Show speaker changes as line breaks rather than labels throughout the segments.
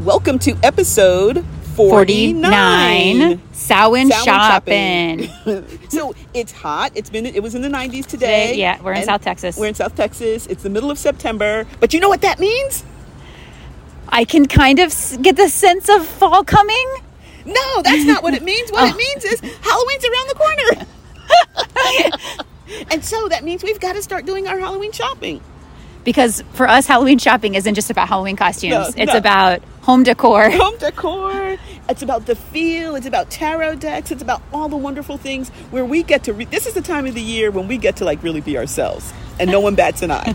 Welcome to episode 49.
49
Samhain
Samhain shopping.
so it's hot. It's been it was in the 90s today.
Today, yeah, we're in
And
South Texas.
We're in South Texas. It's the middle of September. But you know what that means?
I can kind of s- get the sense of fall coming.
No, that's not what it means. What it
Oh.
means is Halloween's around the corner. and so that means we've got to start doing our Halloween shopping.
Because for us, Halloween shopping isn't just about Halloween costumes,
No,
it's
no.
about home decor.
home decor. It's about the feel. It's about tarot decks. It's about all the wonderful things where we get to. Re- this is the time of the year when we get to like really be ourselves, and no one bats an eye.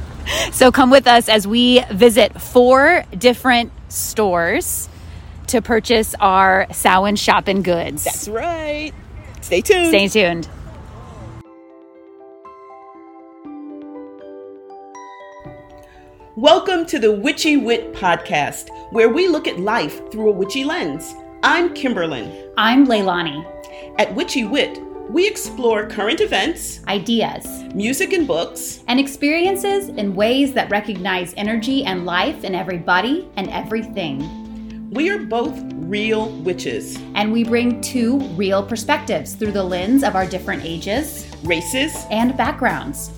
So come with us as we visit four different stores to purchase our Samhain shopping goods.
That's right. Stay tuned.
Stay tuned.
Welcome to the Witchy Wit podcast, where we look at life through a witchy lens. I'm Kimberlyn.
I'm Leilani.
At Witchy Wit, we explore current events,
Ideas
music, and books.
and experiences in ways that recognize energy and life in everybody and everything.
We are both real witches,
and we bring two real perspectives through the lens of our different ages
races,
and backgrounds.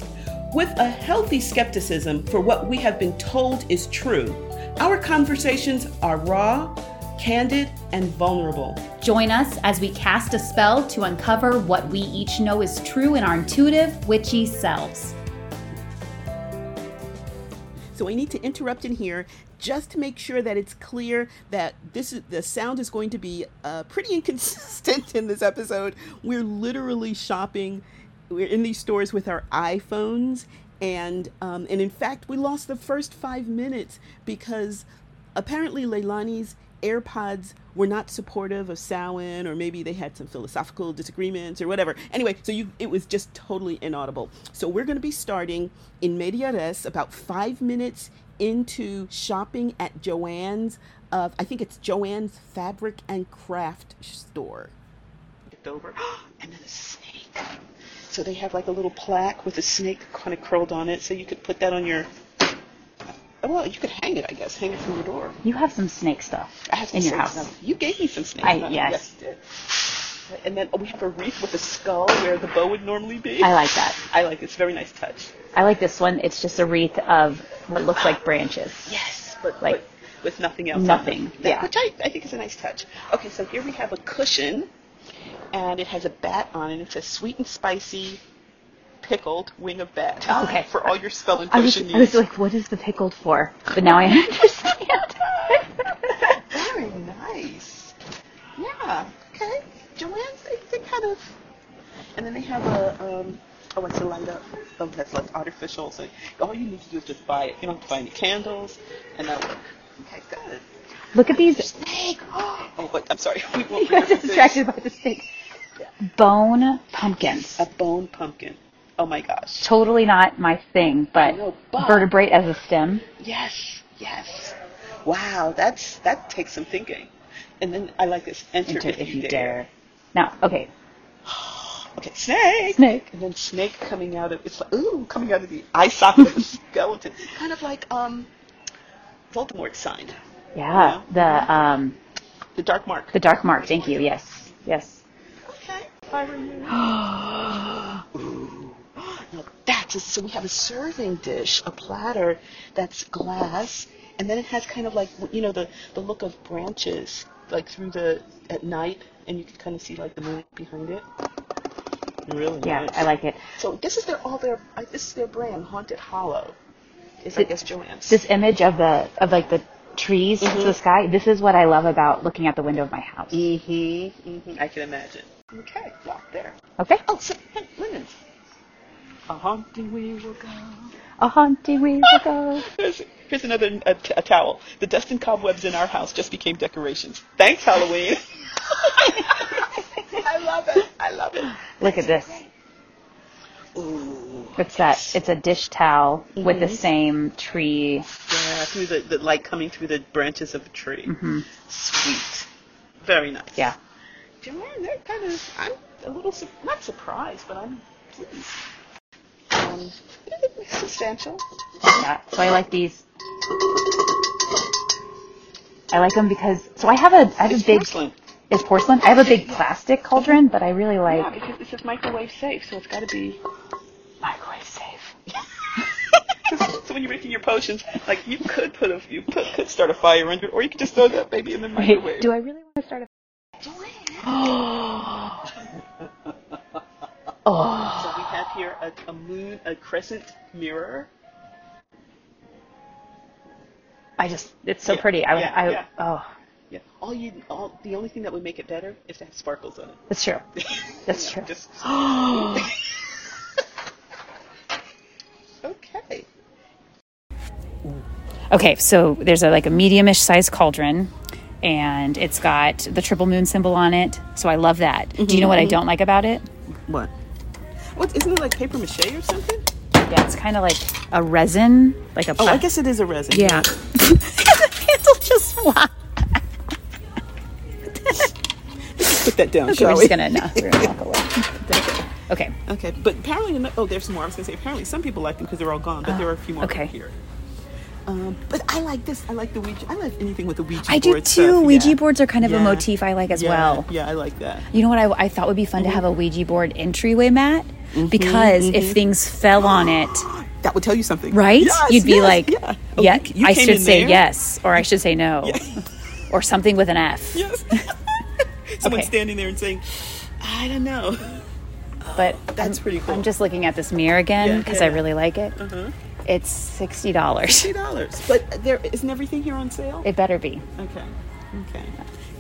With a healthy skepticism for what we have been told is true, our conversations are raw, candid, and vulnerable.
Join us as we cast a spell to uncover what we each know is true in our intuitive, witchy selves.
So I need to interrupt in here just to make sure that it's clear that this is the sound is going to be uh, pretty inconsistent in this episode. We're literally shopping. We're in these stores with our iPhones, and um, and in fact, we lost the first five minutes because apparently Leilani's AirPods were not supportive of Samhain, or maybe they had some philosophical disagreements or whatever. Anyway, so you it was just totally inaudible. So we're going to be starting in media res about five minutes into shopping at Joanne's. Of I think it's Joanne's Fabric and Craft store. Looked Over and then a snake. So they have like a little plaque with a snake kind of curled on it, so you could put that on your. Well, you could hang it, I guess. Hang it from your door.
You have some snake stuff
I have some
in your
snakes.
house.
You gave me some snakes.
I-
huh?
yes.
you did. Right, And then we have a wreath with a skull where the bow would normally be.
I like that.
I like it. It's a very nice touch.
I like this one. It's just a wreath of what looks like branches.
Yes, but
Like-
but with nothing else. on
Nothing,
it. That-
yeah.
Which I, I think is a nice touch. Okay, so here we have a cushion, and it has a bat on it. It says sweet and spicy pickled wing of bat.
Okay.
For all your spell and
I was,
potion
I was
needs.
like, what is the pickled for? But now I understand.
Very nice. Yeah. Okay. Joanne's, they, they kind of. And then they have a. Um, oh, it's a light up. Oh, that's less artificial. So all you need to do is just buy it. You don't have to buy any candles, and that'll work. Okay, good.
Look at these.
Snake. Oh, but I'm sorry. We
You
won't
got
remember this.
distracted by the snake. Bone pumpkins.
A bone pumpkin. Oh my gosh.
totally not my thing, but,
No, but-
vertebrate as a stem.
Yes. Yes. Wow. That's that takes some thinking. And then I like this. Enter,
Enter if you dare. Now, okay,
Okay, snake.
Snake.
And then snake coming out of it's like ooh, coming out of the eye socket of the skeleton. Kind of like um Voldemort's sign.
yeah, the um,
The dark mark.
the dark mark. Thank you. Yes, yes.
Okay. If I remember. ooh. Now that's a, so we have a serving dish, a platter that's glass, and then it has kind of like you know the the look of branches like through the at night and you can kind of see like the moon behind it. Really
Yeah,
nice.
I like it.
So this is their all their I this is their brand, Haunted Hollow. Is I
Th-
guess Joanne's.
This image of the of like the trees to
Mm-hmm.
the sky. This is what I love about looking out the window of my house.
mm-hmm, mm-hmm. I can imagine. Okay, lock there.
Okay.
Oh, so, hey, linens. A haunting we will go.
A haunting we will go.
Here's, here's another a, t- a towel. The dust and cobwebs in our house just became decorations. Thanks, Halloween. I love it. I love it.
Look at this.
Ooh.
It's that. It's a dish towel with
Mm-hmm.
the same tree.
Yeah, through the, the light coming through the branches of a tree. Sweet. Very nice.
Yeah.
Joanne, they're kind of, I'm a little, su- not surprised, but I'm pleased. Um, substantial.
yeah. So I like these.
I like them because so I have a I have
It's
a big
porcelain.
it's porcelain. I have a big plastic cauldron, but I really like
Yeah, because this is microwave safe, so it's got to be.
microwave safe.
so when you're making your potions, like you could put a you put, could start a fire under, it, or you could just throw that baby in the microwave.
Wait, do I really want to start a? Oh.
So we have here a, a moon, a crescent mirror.
I just it's so
Yeah,
pretty. I
yeah,
I
yeah.
oh
Yeah. All you, all the only thing that would make it better is to have sparkles on it.
that's true. That's true.
Just. okay.
Okay, so there's a like a medium-ish sized cauldron and it's got the triple moon symbol on it. So I love that. Do you know what
Mm-hmm.
I don't like about it?
What? What isn't it like paper mache or something?
Yeah, it's kind of like a resin, like a
Oh, I guess it is a resin.
Yeah. the handle just flopped.
Put that down,
Okay,
shall
we're
we?
just gonna no, we're gonna walk away. Okay.
Okay, but apparently, ano- oh, there's some more. I was gonna say apparently some people like them because they're all gone, but there are a few more
Oh, okay.
over here. Um, but I like this. I like the Ouija. I like anything with the Ouija
I do
board
too.
stuff.
Ouija
Yeah.
boards are kind of a
Yeah.
motif I like as
Yeah,
well.
Yeah, Mm-hmm. I like that.
You know what I, I thought would be fun to have a Ouija board entryway mat
Mm-hmm,
because if things fell on it,
That would tell you something,
right?
Yes,
You'd be
yes,
like,
yeah,
yeah,
Oh, you- you
I
came
should
in
say
there?
yes, or I should say no, or something with an F.
Yes. Someone
Okay.
standing there and saying, "I don't know."
But
That's
I'm,
pretty cool.
I'm just looking at this mirror again
Yeah,
because
yeah,
I
yeah. Uh-huh.
really like it. It's sixty dollars.
Two dollars. But there isn't everything here on sale.
It better be.
okay. Okay.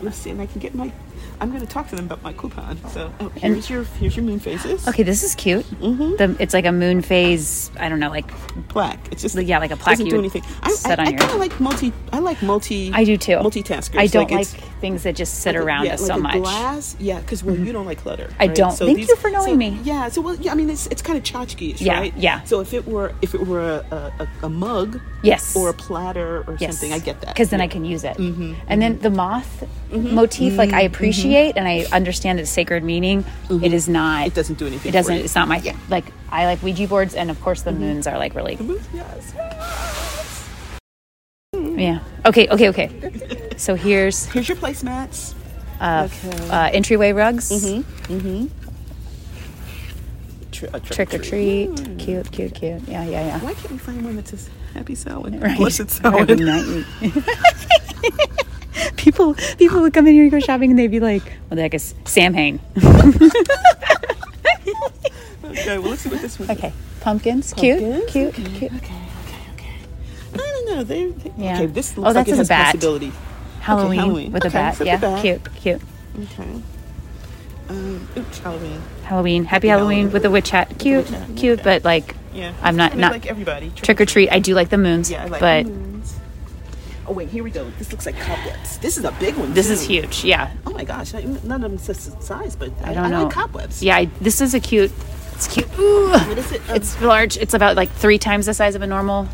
Let's see, and I can get my. I'm gonna talk to them about my coupon. So oh,
And-
here's your here's your moon phases.
Okay, this is cute. Mm-hmm. The, it's like a moon phase. I don't know, like
plaque. It's just
Yeah, like a plaque
Doesn't
you
do
would
anything. I,
set
I,
on
I
your-
kind of like multi. I like multi.
I do too.
Multitaskers.
I don't like,
it's-
things that just sit around
yeah,
us
like
so
a
much.
Glass. Yeah, because well, you don't like clutter.
I
right?
don't. Thank you for
so,
knowing me.
Yeah. So well, yeah, I mean, it's it's kind of tchotchke-ish,
Yeah,
right?
yeah.
So if it were if it were a, a, a- a mug,
Yes.
or a platter or something, I get that.
Because then
Yeah. Mm-hmm.
I can use it. And then the moth motif, like I appreciate and I understand its sacred meaning. It is not.
Mm-hmm. It doesn't do anything
It doesn't.
for you. Mm-hmm.
It's not my thing. Like I like Ouija boards, and of course the moons are like really.
Yes.
Yeah. Okay. Okay. Okay. so here's
Here's your placemats.
uh, f- uh, entryway rugs.
Mm-hmm. Tr- a
Trick or treat.
Mm-hmm.
Cute. Cute. Cute. Yeah. Yeah. Yeah.
Why can't we find one that says Happy Samhain?
Right.
Blessed
I would
Samhain.
not eat. people people would come in here and go shopping and they'd be like, well, that is Sam Hain.
Okay, well, let's see what this one
Okay. Pumpkins,
Pumpkins,
cute, cute, cute.
Okay, okay, okay. I don't know. They, they
Yeah.
okay. This
Oh,
looks
that
like it
says a
has
bat.
possibility.
Halloween,
Halloween.
with a
Okay,
bat.
so the
yeah,
bat.
cute, cute.
Okay. Um, oops, Halloween.
Halloween, happy Halloween,
Halloween.
with a witch hat. Cute,
witch hat,
cute,
okay.
but like,
Yeah.
I'm not
I mean,
not
like everybody.
trick or treat. I do like the moons,
Yeah, I like
but
balloons. Oh wait, here we go. This looks like cobwebs. This is a big one.
this is
too.
huge. Yeah,
Oh my gosh, I, none of them says the size, but I,
I don't know.
like cobwebs.
Yeah, I, this is a cute. It's cute. Ooh.
What is it? Um,
It's large. It's about like three times the size of a normal.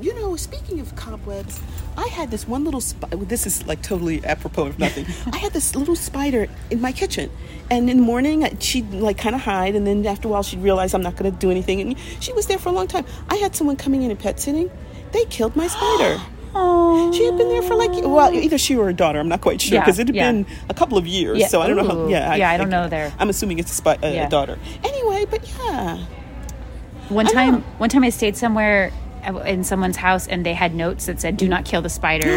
You know, speaking of cobwebs, I had this one little spider. This is like totally apropos of nothing. I had this little spider in my kitchen, and in the morning I- she'd like kind of hide, and then after a while she'd realize I'm not going to do anything, and she was there for a long time. I had someone coming in and pet sitting. They killed my spider. She had been there for like well, e-, either she or her daughter. I'm not quite sure
Yeah,
because it had
yeah.
been a couple of years,
Yeah,
so I don't know how.
ooh.
Yeah,
Yeah, I don't know there.
I'm assuming it's a, spy, a
Yeah.
daughter. Anyway, but yeah,
One
I
time,
know.
one time I stayed somewhere uh, in someone's house and they had notes that said "Do not kill the spider."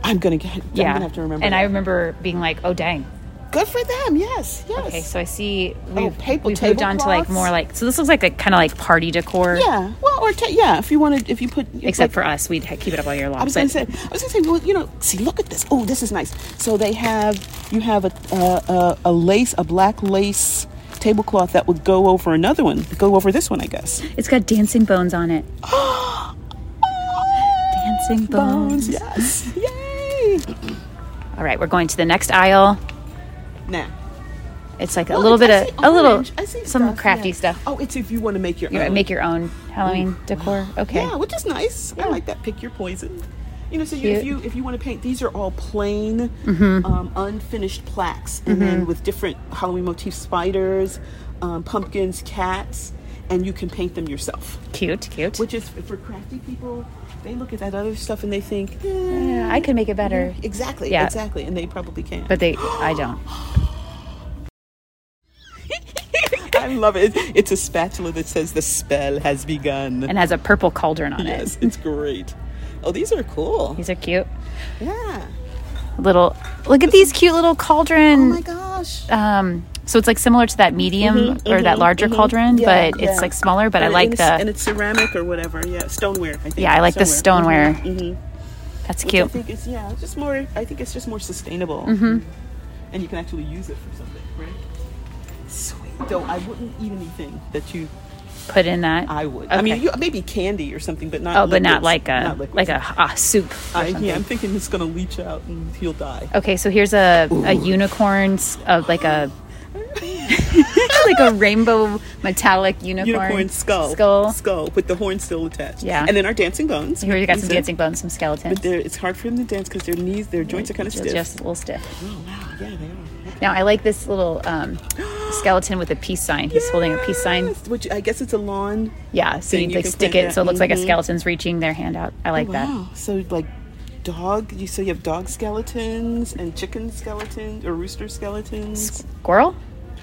I'm gonna get.
yeah,
I'm gonna have to remember.
And I
that.
remember being like, "Oh dang."
good for them. Yes, yes. Oh,
Okay, so I see we've,
paper
we've moved on to like
tablecloths.
more like so this looks like a kind of like party decor.
Yeah. Well, or ta- yeah, if you wanted, if you put.
Except
like-
for us, we'd ha- keep it up all year long.
I was
but
gonna say. I was gonna say. Well, you know, see, look at this. Oh, this is nice. So they have you have a a, a, a lace, a black lace tablecloth that would go over another one, go over this one, I guess.
it's got dancing bones on it.
Oh,
dancing bones.
Yes. Yay.
All right, we're going to the next aisle.
Now.
It's like a
Look,
little bit
I see
of a little
orange. I see
some
stuff,
crafty
yeah.
stuff.
Oh, it's if you want to make your
You
own.
make your own Halloween decor. Okay.
Yeah, which is nice. I like that. Pick your poison. You know, so you, if
Cute.
you if you want to paint, these are all plain,
Mm-hmm.
um, unfinished plaques, and then with different Halloween motif spiders, um, pumpkins, cats, and you can paint them yourself.
Cute, cute.
Which is for crafty people, they look at that other stuff and they think, eh,
Yeah, I could make it better.
exactly,
Yeah.
exactly, and they probably can.
But they, I don't.
I love it. It's a spatula that says the spell has begun.
And has a purple cauldron on it.
yes, it's great. Oh, these are cool.
These are cute.
Yeah.
Little, look at these cute little
Oh
cauldron.
my gosh.
um, so it's like similar to that medium or that larger
mhm.
cauldron,
Yeah,
but
yeah.
it's like smaller. But I
And-
like
and
the,
it's- and it's ceramic or whatever. Yeah, stoneware. I think.
yeah, I like the stoneware.
Mm-hmm.
That's
Which I
cute.
think it's yeah, it's just more. I think it's just more sustainable,
Mm-hmm.
and you can actually use it for something, right? Sweet. Though I wouldn't eat anything that you.
Put in that.
I would. I
Okay.
mean, you, maybe candy or something, but not.
oh, but not
liquids.
like a
Not liquids.
like a, ah, soup. or
I, yeah, I'm
something.
thinking it's gonna leach out and he'll die.
Okay, so here's a a unicorn's of like a like a rainbow metallic unicorn
Unicorn skull,
skull.
skull with the horn still attached.
Yeah.
and then our dancing bones.
Here you got
We
some
said,
dancing bones, some skeletons.
But they're- it's hard for them to dance because their knees, their joints are kind of
Just-
stiff.
Just a little stiff.
Oh wow, yeah, they are.
Now I like this little um, skeleton with a peace sign. He's holding a peace sign.
Yes, Which I guess it's a lawn.
Yeah, so
Then
you
you
like
can
stick
plant
it
that.
so it looks like a
Mhm.
skeleton's reaching their hand out. I like that.
Oh, Wow. So like dog you so you have dog skeletons and chicken skeletons or rooster skeletons.
Squirrel?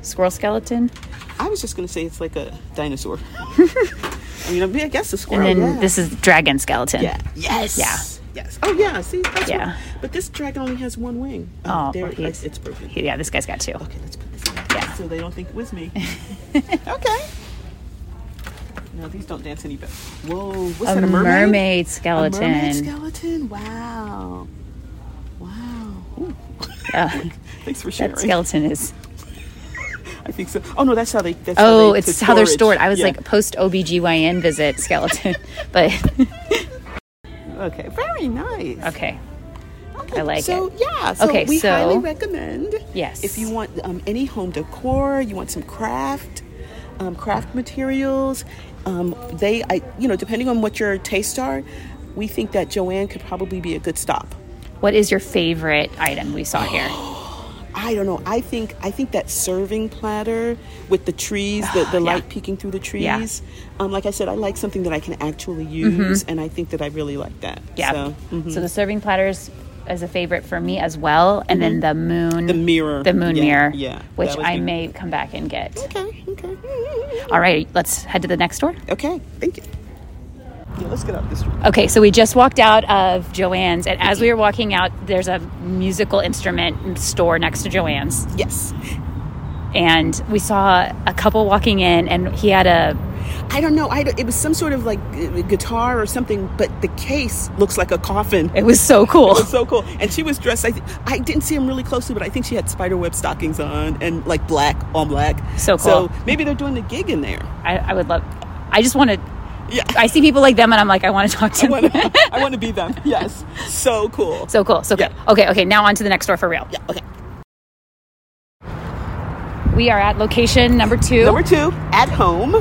Squirrel skeleton.
I was just gonna say it's like a dinosaur. I mean I mean, I guess a
And
squirrel.
then
yeah.
this is dragon skeleton.
Yeah. Yes.
Yeah.
Yes. Oh yeah, see that's
Yeah.
what- but this dragon only has one wing.
Oh,
there
well,
it-
he's-
it's broken.
He- Yeah, this guy's got two.
Okay, let's put this in.
Yeah.
So they don't think it was me. okay. No, these don't dance any better. Whoa, what's
A
that? A mermaid?
mermaid
A mermaid
skeleton.
skeleton. Wow. Wow. Ooh.
Uh,
Thanks for sharing.
That skeleton is.
I think so. Oh no, that's how they. That's how
Oh,
they,
it's
to
how they're
storage.
stored. I was
Yeah.
like post OBGYN visit skeleton. but
okay, very nice.
okay. I like
so,
it.
yeah. So
Okay,
we
so-
highly recommend.
Yes.
If you want um, any home decor, you want some craft, um, craft materials. Um, they, I, you know, depending on what your tastes are, we think that Joanne could probably be a good stop.
What is your favorite item we saw here?
I don't know. I think I think that serving platter with the trees, the, the
Yeah.
light peeking through the trees.
Yeah. Mm-hmm.
Um, like I said, I like something that I can actually use, and I think that I really like that.
Yeah.
So, mhm.
So the serving platters is a favorite for me as well, and then the moon,
Mm-hmm. The mirror.
the moon
Yeah,
mirror,
yeah.
which
That was
I
me.
may come back and get.
Okay. Okay.
All right, let's head to the next door.
Okay. Thank you. Yeah, let's get out this room.
Okay, so we just walked out of Joanne's, and as we were walking out, there's a musical instrument store next to Joanne's,
Yes.
and we saw a couple walking in, and he had a
I don't know. I don't- it was some sort of like uh, guitar or something, but the case looks like a coffin.
it was so cool.
It was so cool. And she was dressed. I, th- I didn't see him really closely, but I think she had spiderweb stockings on and like black on black.
So
So
cool.
maybe they're doing the gig in there.
I, I would love. I just want to.
Yeah.
I see people like them, and I'm like, I want to talk to
I
them.
want to. I want to be them. Yes. So cool.
So cool. So good.
Yeah.
Okay. Okay. Now on to the next door for real.
yeah. Okay.
We are at location number two.
Number two, at home.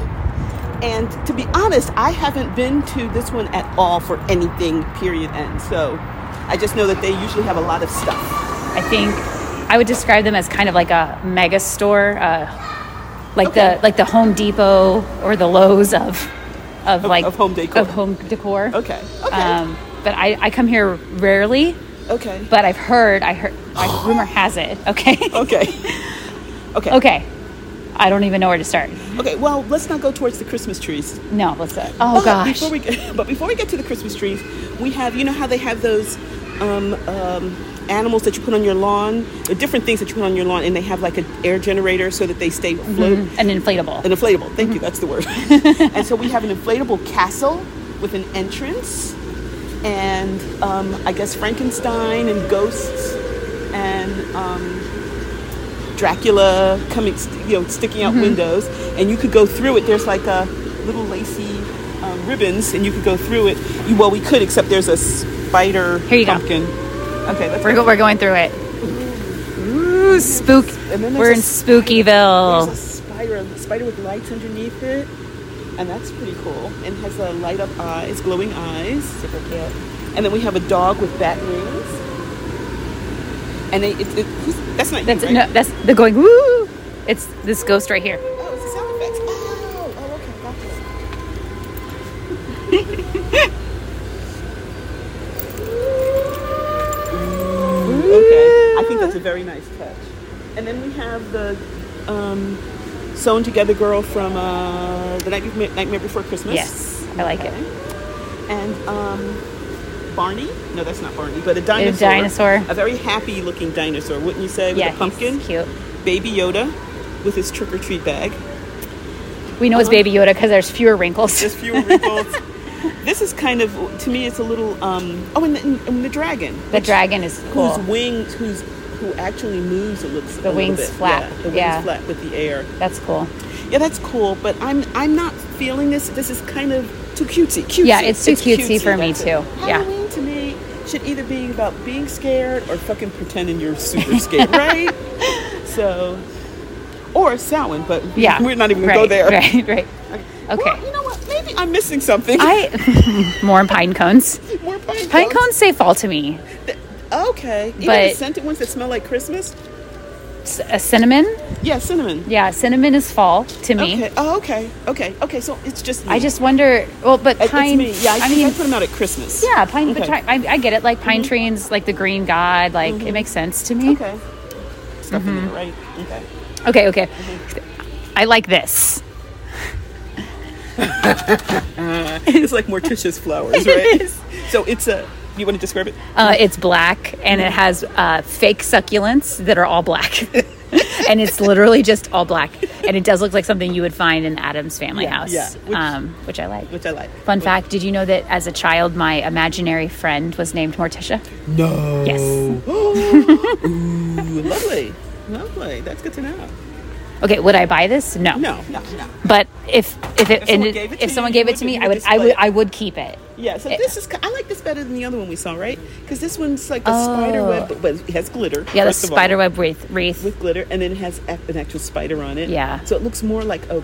And to be honest, I haven't been to this one at all for anything. Period. End. So I just know that they usually have a lot of stuff.
I think I would describe them as kind of like a mega store, uh, like
Okay.
the like the Home Depot or the Lowe's of of, like
of home decor.
Of home decor.
Okay. Okay.
Um, but I, I come here rarely,
okay.
but I've heard I heard I, rumor has it. Okay.
okay. Okay.
okay. I don't even know where to start.
Okay. Well, let's not go towards the Christmas trees.
No, let's. Uh, oh
but
gosh.
Before we get, but before we get to the Christmas trees, we have you know how they have those um, um, animals that you put on your lawn, the different things that you put on your lawn, and they have like an air generator so that they stay afloat.
An inflatable.
An inflatable. Thank you. That's the word. and so we have an inflatable castle with an entrance, and um, I guess Frankenstein and ghosts and. Um, Dracula coming, st- you know, sticking
Mm-hmm.
out windows, and you could go through it. There's like a little lacy um, ribbons, and you could go through it. You, well, we could, except there's a spider
Here you go.
pumpkin. Okay, let's
We're, go- we're going through it. Ooh, spook.
And then there's
We're
a
in
spider.
Spookyville.
There's a spider, a spider with lights underneath it, and that's pretty cool. And has a light up eyes, glowing eyes. Super cute. And then we have a dog with bat wings. And they, it, it, who's- that's not
That's
you, right?
no, that's the going woo. It's this ghost right here.
Oh, it's a sound effect. Oh, oh, okay, gotcha. oh, Okay, I think that's a very nice touch. And then we have the um, sewn together girl from uh, the Night Before, Nightmare Before Christmas.
Yes, I like it.
And um, Barney? No, that's not Barney, but a dinosaur.
dinosaur.
A very happy looking dinosaur, wouldn't you say? With
Yeah,
a
he's
pumpkin.
cute.
Baby Yoda with his trick or treat bag.
We know it's Baby Yoda because there's fewer wrinkles.
Just few wrinkles. this is kind of, to me, it's a little. Um, oh, and the, and the dragon.
The dragon is cool.
Whose wings, who's, who actually moves, it looks
The
a little
wings
bit.
flap,
Yeah, the wings
yeah.
flap with the air.
That's cool.
Yeah, that's cool, but I'm I'm not feeling this. This is kind of too cutesy. cutesy.
Yeah, it's too cutesy for me,
that's it.
too. Yeah.
Halloween to me should either be about being scared or fucking pretending you're super scared, right? So, or Samhain, but
Yeah.
we're not even gonna go
right,
there.
Right, right. Okay.
Well, you know what? Maybe I'm missing something.
I more pine cones.
More pine,
Pine cones say fall to me.
Th- Okay, even
But-
the scented ones that smell like Christmas.
S- uh, cinnamon?
Yeah, cinnamon.
Yeah, cinnamon is fall to me.
Okay. Oh, okay. Okay. Okay. So it's just. Me.
I just wonder. Well, but
It-
pine.
It's me. Yeah. I,
I
think
mean,
I put them out at Christmas.
yeah, pine. But
Okay. Mm-hmm.
tri- I, I get it. Like pine trees, like the green god. Like it makes sense to me.
Okay. Stuff in there,
Mm-hmm.
right? Okay.
Okay, okay.
Mm-hmm.
I like this.
It's like Morticia's flowers, right? So it's a. You want to describe it?
Uh, it's black and it has uh, fake succulents that are all black. and it's literally just all black. And it does look like something you would find in the Adams family
Yeah,
house,
yeah, which-
um, which I like.
Which I like.
Fun fact Did you know that as a child, my imaginary friend was named Morticia?
No.
Yes.
Ooh, lovely. Lovely. That's good to know.
Okay, would I buy this? No.
No, no, no.
But if if it,
If someone
and
gave it
if
to
someone
you,
gave
you
it to
would-
me,
you would
I would I
display
would
it.
I would keep it.
Yeah, so this is, I like this better than the other one we saw, right? Because this one's like a spider
Oh.
web, but- but it has glitter.
Yeah, the
first of all,
spiderweb wreath, wreath.
With glitter, and then it has a- an actual spider on it.
Yeah.
So it looks more like a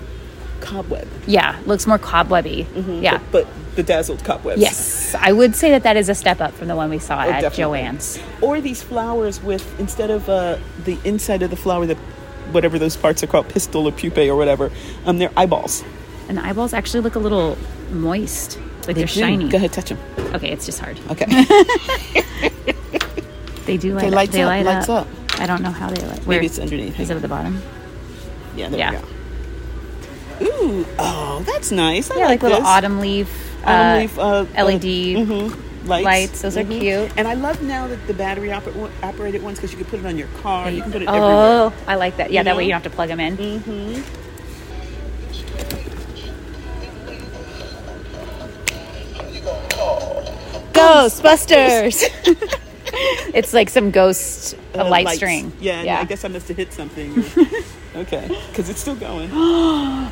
cobweb.
Yeah, looks more cobwebby. Yeah.
But, but bedazzled cobwebs.
Yes, I would say that that is a step up from the one we saw at
Oh, definitely.
Joanne's.
or these flowers with instead of uh, the inside of the flower the whatever those parts are called pistil or pupae or whatever um they're eyeballs
And the eyeballs actually look a little moist, like they are
do.
shiny.
Mm, go ahead touch them
Okay, it's just hard.
okay
They do light.
lights
up. They
up,
light
lights up.
up. I don't know how they light.
maybe it's underneath
Is it at the bottom?
yeah there
Yeah.
we go ooh oh that's nice I
Yeah, like,
like,
little
this.
autumn leaf,
Autumn
uh,
leaf, uh, uh,
LED.
Mhm. lights,
lights, those are cute.
and i love now that the battery oper- operated ones because you can put it on your car you can put it everywhere Mm-hmm.
Oh, I like that. Yeah,
You
that way
know?
you don't have to plug them in. Ghostbusters. it's like some ghost a
Uh,
light
lights.
string.
yeah, i guess i must have hit something okay because it's still going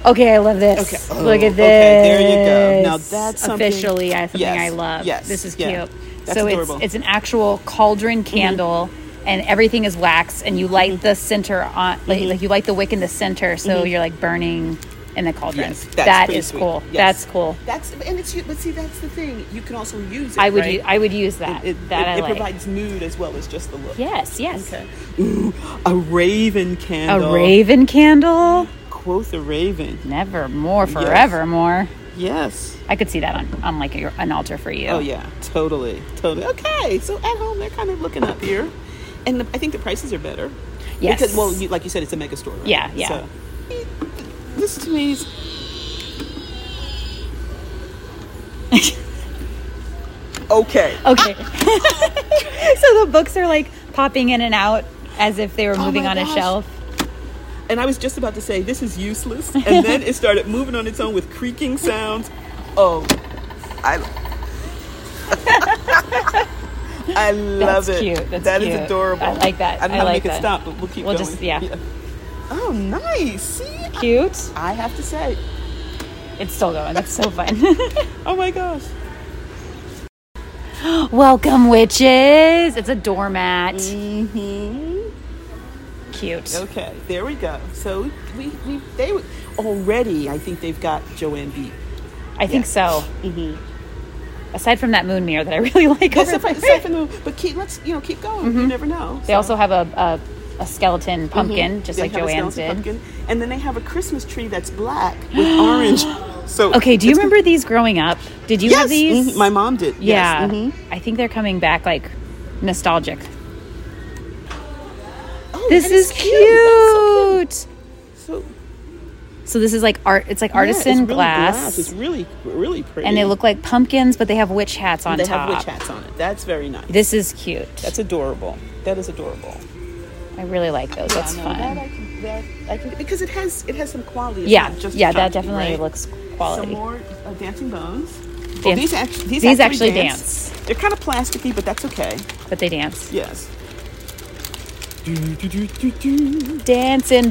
Okay, I love this.
Okay.
Look
Oh,
at this.
there you go. Now that's something-
officially uh, something
Yes,
I love.
yes,
this is cute.
yeah. That's
so
adorable. Mm-hmm.
it's it's an actual cauldron candle, and everything is wax, and you light the center on like,
Mm-hmm.
like you light the wick in the center, so you're like burning in the cauldron.
Yes, that's
that
pretty
is
sweet.
cool.
Yes.
That's cool.
That's and it's but see that's the thing. You can also use it.
I would
right?
u- I would use that.
It, it,
that
it,
I
it
like.
provides mood as well as just the look.
yes, yes.
Okay. Ooh, a raven
A
candle.
raven candle,
Quoth a raven.
never more, forever more.
Yes.
I could see that on, on like a, an altar for you.
Oh yeah, totally, totally. Okay, so at home they're kind of looking up here, and the, I think the prices are better.
Yes.
Because well, you, like you said, it's a mega store. Right?
Yeah, yeah.
So, this to me is. okay.
Okay. so the books are like popping in and out as if they were moving
Oh my
on
gosh.
a shelf.
And I was just about to say, this is useless. And then it started moving on its own with creaking sounds. Oh, I. I love
That's
it.
cute. That's
That is
cute.
adorable.
I like that.
I don't know
I
how
like
to make it
that.
stop, but we'll keep
We'll
going.
just- yeah.
Oh, nice. See,
Cute.
I have to say,
It's still going. That's so fun.
oh my gosh.
Welcome, witches. It's a doormat. Mm-hmm. Cute.
Okay, there we go. So we, we they already, I think they've got Joanne beat.
I think so. Aside from that moon mirror that I really like,
Mm-hmm. That's
over
aside,
there.
aside from the, but keep let's you know keep going. You never know.
Mm-hmm. they also have a, a, a skeleton pumpkin,
Mm-hmm.
just
They
like
have a
Joanne's
skeleton
did.
pumpkin. And then they have a Christmas tree that's black with orange So
Okay, do you
it's-
remember these growing up? Did you
Yes,
have these?
mhm, my mom did.
Yeah.
Yes. mhm.
I think they're coming back like nostalgic.
Oh,
This
that is
is cute. So
So
this is like art it's like artisan
yeah, it's really
glass.
It's really really pretty.
and they look like pumpkins, but they have witch hats on
They
top.
have witch hats on it. That's very nice.
This is cute.
That's adorable. That is adorable.
I really like those. That's
Yeah, no,
fun.
That I can, that I can, because it has it has some quality. It's
yeah,
not just
yeah,
chunky,
that definitely
right?
looks quality.
Some more uh, dancing bones. Oh,
Dance-
these, act- these,
these
actually,
actually
dance. They're kind of plasticky, but that's okay.
but they dance.
Yes.
Dancing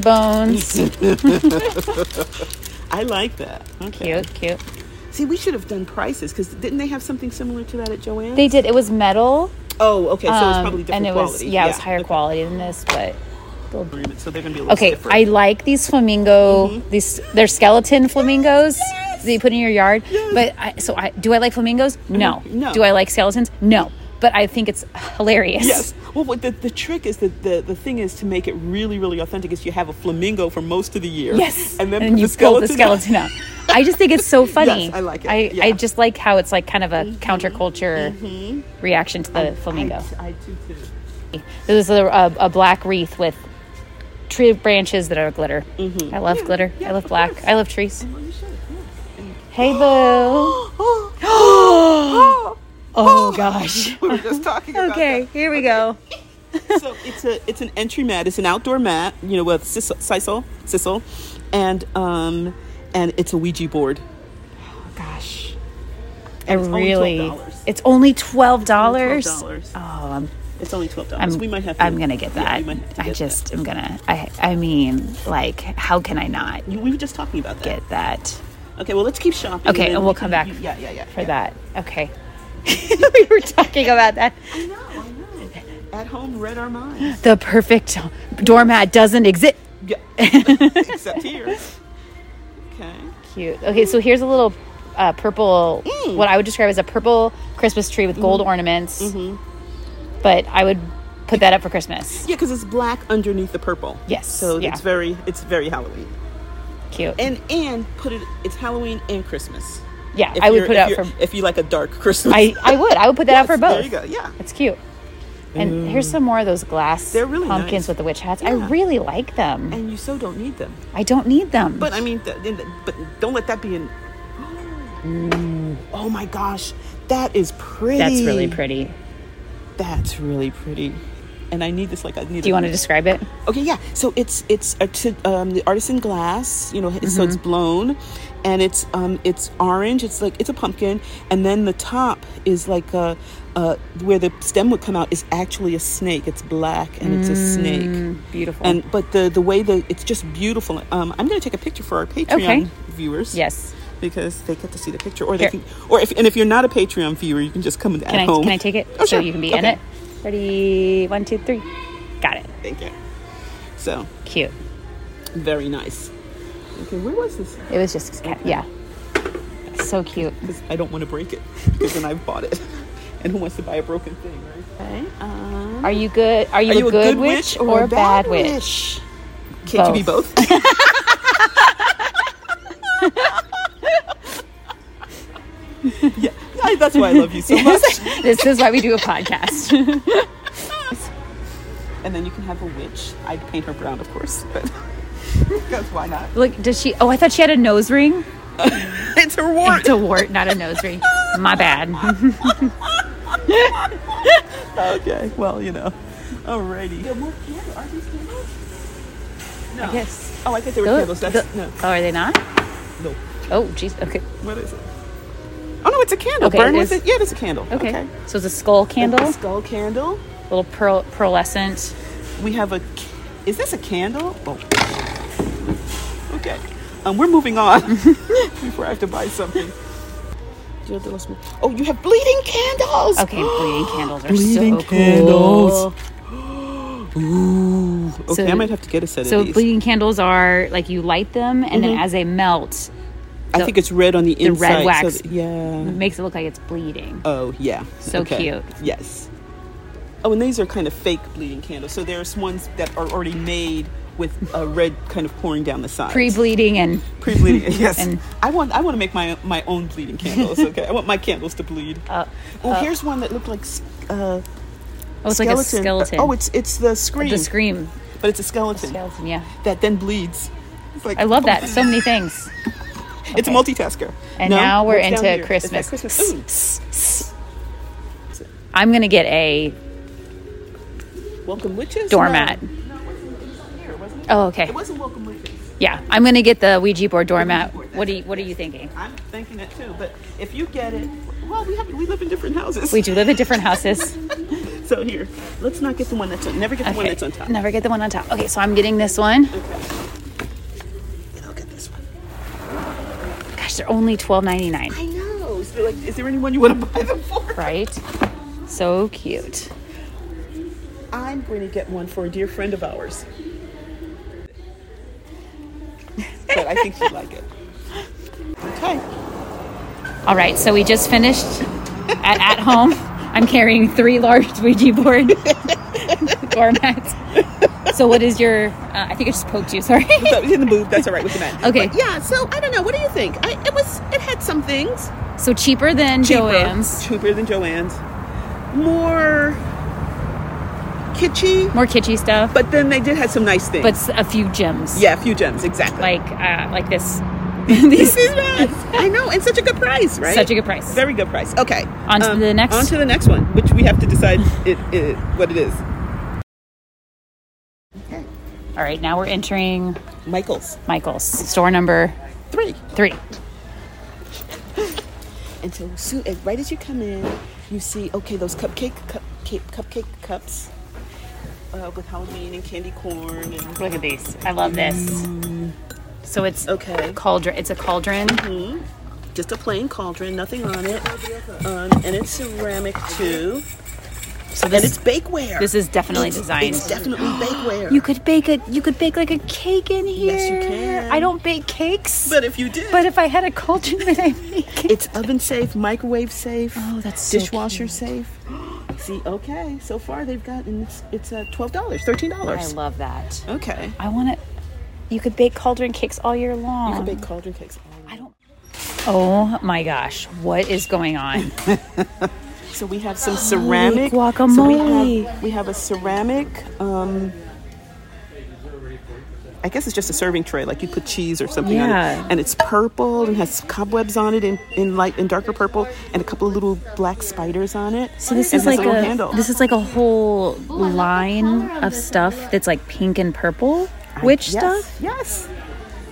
bones.
I like that. Okay.
cute, cute.
See, we should have done prices because didn't they have something similar to that at Joanne's?
They did. It was metal,
oh, okay. So it's
um,
probably different
and it was
quality.
yeah, it was higher
okay.
quality than this, but.
So they're gonna be a little
Okay,
stiffer.
I like these flamingo.
Mm-hmm.
These they're skeleton flamingos that you put in your yard. But I, so I do I like flamingos? No.
Mm-hmm. no.
Do I like skeletons? No. But I think it's hilarious.
Yes. Well, what the, the trick is that the, the thing is to make it really, really authentic is you have a flamingo for most of the year.
Yes.
And then
you
put
build the
out.
skeleton up. I just think it's so funny.
Yes, I like it.
I, I
Yeah. Mm-hmm.
just like how it's like kind of a counterculture reaction to the flamingo.
I, I do too.
It was a, a, a black wreath with tree branches that are glitter. I love glitter.
Mm-hmm. yeah,
I love
of
black.
course.
I love trees.
Well, you should. yes. And-
Hey, boo.
Oh, oh,
Oh, gosh.
we were just talking about
Okay, here we go.
that. So it's a it's an entry mat. It's an outdoor mat, you know, with sis- sisal, sisal, and um, and it's a Ouija board.
Gosh. I
it's only
really.
$12.
It's only $12.
$12.
Oh, I'm
It's only twelve dollars.
I'm,
We might have.
I'm gonna get
yeah,
that.
we might have to
I
get
just am gonna. I I mean, like, how can I not
that. You- We were just talking about that.
get that
Okay, well, let's keep shopping.
Okay,
then
and we'll
you
come
can-
back
you- yeah, yeah, yeah.
for
yeah.
that? Okay. we were talking about that.
I know, I know. At home, read our minds.
The perfect doormat doesn't exist.
Yeah. Except here. Okay.
Cute. Okay, so here's a little uh, purple. What I would describe as a purple Christmas tree with gold ornaments. But I would put that up for Christmas.
Yeah, because it's black underneath the purple.
Yes,
So
yeah.
it's very, it's very Halloween.
Cute.
And and put it, it's Halloween and Christmas.
yeah,
If
I would
you're-
put
if
it
you're-
out for.
if you like a dark Christmas.
I I would. I would put that out for both.
There you go. Yeah.
It's cute. And here's some more of those glass
They're really
pumpkins
nice.
with the witch hats.
Yeah.
I really like them.
And you so don't need them.
I don't need them.
But I mean, th- then- but don't let that be an. Oh my gosh, that is pretty.
that's really pretty.
That's really pretty. And I need this like I need.
Do you want to describe it?
Okay, yeah. So it's it's a t- um, the artisan glass, you know. it's So it's
Mm-hmm.
blown, and it's um it's orange. It's like it's a pumpkin, and then the top is like a, uh where the stem would come out is actually a snake. It's black and it's a snake.
Beautiful.
And but the the way the it's just beautiful. Um, I'm gonna take a picture for our Patreon
Okay.
viewers.
yes.
because they get to see the picture, or they
Here.
can, or if and if you're not a Patreon viewer, you can just come at
Can I
home.
can I take it
Oh,
so
sure.
you can be in
Okay.
it? Ready? One, two, three. Got it.
Thank you. So
Cute.
very nice. Okay, where was this?
It was just ca- yeah. So cute.
because I don't want to break it because then I've bought it. And who wants to buy a broken thing, right? Okay. Um,
Are you good? Are you, a, good witch or, a bad witch?
Can't you be both? yeah, I- that's why I love you so much.
this is why we do a podcast.
and then you can have a witch. I'd paint her brown, of course, but because why not?
Look, does she? Oh, I thought she had a nose ring.
It's her warrant.
It's a wart, not a nose ring. My bad.
Oh, okay, well, you know. Alrighty. Are these candles? No.
Yes.
Oh, I think they were
Those-
candles. That's,
the-
no,
Oh, are they not?
no.
Oh, jeez. Okay.
What is it? Oh no, it's a candle.
Okay,
Burn
it
with
is.
it. Yeah, it is a candle.
Okay. So it's a skull candle,
A skull candle.
little pearl, pearlescent.
We have a. ca- Is this a candle? Oh. Okay. Um, we're moving on before I have to buy something. Dia de los Mu- Oh, you have bleeding candles.
Okay, bleeding candles are
Bleeding
so
candles.
cool.
Ooh. Okay,
So-
I might have to get a set
So
of these.
bleeding candles are like you light them, and
Mm-hmm.
then as they melt,
I think it's red on the,
red
inside. so
wax.
that- yeah.
it makes it look like it's bleeding.
Oh yeah.
So cute.
Yes. Oh, and these are kind of fake bleeding candles. So there's ones that are already made with a red kind of pouring down the side.
Pre bleeding and
Pre bleeding. Yes.
And-
I want I want to make my my own bleeding candles. Okay. I want my candles to bleed.
Uh,
oh,
uh,
here's one that looked like. s- Uh,
oh, it's like a skeleton.
Oh, it's it's the scream.
the scream
But it's a skeleton
skeleton. Yeah,
that then bleeds. It's like,
I love
oh,
that. So many things.
It's a
okay.
multitasker.
And
No,
now we're
what's down here?
into
Is that
Christmas.
Christmas? Ooh.
I'm gonna get a
Welcome witches.
doormat.
No. Here, wasn't it?
Oh, okay.
It wasn't welcome witches.
Yeah, I'm gonna get the Ouija board doormat.
board,
What do you, What are you thinking?
I'm thinking it too. But if you get it, well, we have we live in different houses.
We do live in different houses.
So here, let's not get the one that's on. Never get the one
Okay.
that's on top.
Never get the one on top. Okay, so I'm getting this one.
And I'll get this one.
Gosh, they're only twelve ninety nine.
I know. So like, is there anyone you want to buy them for?
Right? So cute.
I'm going to get one for a dear friend of ours. but I think she'd like it. Okay.
All right, so we just finished at, at home. I'm carrying three large Ouija board doormats. So, what is your? Uh, I think I just poked you. Sorry.
So it's in the booth. That's all right with the man.
Okay.
But yeah. So I don't know. What do you think? I, it was. It had some things.
So cheaper than Joann's,
Cheaper than Joanne's. More kitschy.
more kitschy stuff,
But then they did have some nice things.
but s- a few gems.
yeah, a few gems. Exactly.
Like uh, like this. These
This is nice. I know, and such a good price, right?
Such a good price.
Very good price. Okay. Um,
On to the next.
On to the next one, which we have to decide it, it, what it is.
All right, now we're entering
Michael's
Michael's store number
three.
three.
And so, soon, as- right as you come in, you see okay those cupcake cupcake cupcake cups uh, with Halloween and candy corn and
Look at these. I love this. Mm. So it's
Okay.
cauldron. It's a cauldron.
just a plain cauldron, nothing on it, um, and it's ceramic too,
So
and
this
it's bakeware.
this is definitely
It's-
designed.
It's definitely bakeware.
You could bake a you could bake like a cake in here.
Yes, you can.
I don't bake cakes, but,
but if you did,
if I had a cauldron, would I make it?
It's oven safe, microwave safe.
Oh, that's so
dishwasher safe. See, okay, so far they've gotten it's it's uh, twelve dollars, thirteen
I
dollars.
love that.
Okay,
I want to. You could bake cauldron cakes all year long.
you can bake cauldron cakes.
I don't. Oh my gosh, what is going on?
So we have some ceramic So we, have,
guacamole.
we have a ceramic. Um, I guess it's just a serving tray, like you put cheese or something on
Yeah.
it, and it's purple and has cobwebs on it in, in light and darker purple, and a couple of little black spiders on it.
So this
and
is
has
like
a little
a
handle.
this is like a whole line of stuff that's like pink and purple. Witch
yes,
stuff?
Yes,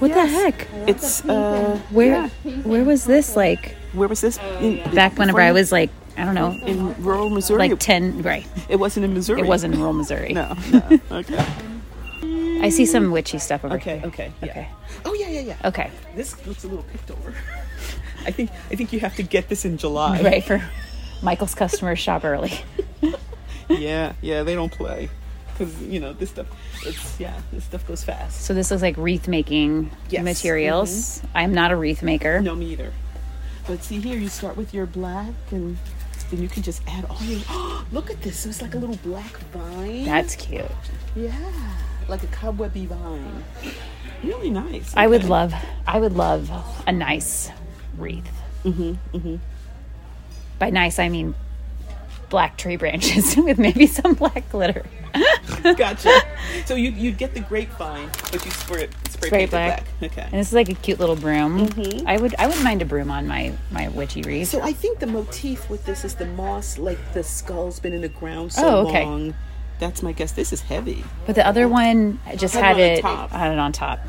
What the heck?
it's uh,
Where where was this like
where was this? In,
back whenever
before
I
you-
was like I don't know
in rural Missouri.
like ten right.
it wasn't in Missouri.
It wasn't in rural Missouri.
No. no. Okay.
I see some witchy stuff over
Okay.
here.
Okay. Yeah.
Okay.
Oh yeah, yeah, yeah.
Okay.
This looks a little picked over. I think I think you have to get this in July.
Right for Michael's customers shop early.
Yeah. Yeah. They don't play because you know this stuff. It's yeah. This stuff goes fast.
So this looks like wreath making
Yes. Mm-hmm.
materials. I'm not a wreath maker.
No, me either. But see here, you start with your black and. Then you can just add all your. look at this! So it's like a little black vine.
That's cute.
yeah, like a cobwebby vine. Really nice.
I would
Okay.
love I would love a nice wreath. Mm-hmm. Mm-hmm. By nice I mean black tree branches with maybe some black glitter.
Gotcha. So you you get the grapevine, but you spray it spray,
Very
paint it
black. Mm-hmm.
Okay.
And this is like a cute little broom. I would I wouldn't mind a broom on my my witchy wreath.
so I think the motif with this is the moss, like the skull's been in the ground so
Oh, okay.
long. That's my guess. This is heavy.
But the other one I just
Had
had,
it
it
on top.
had it on top.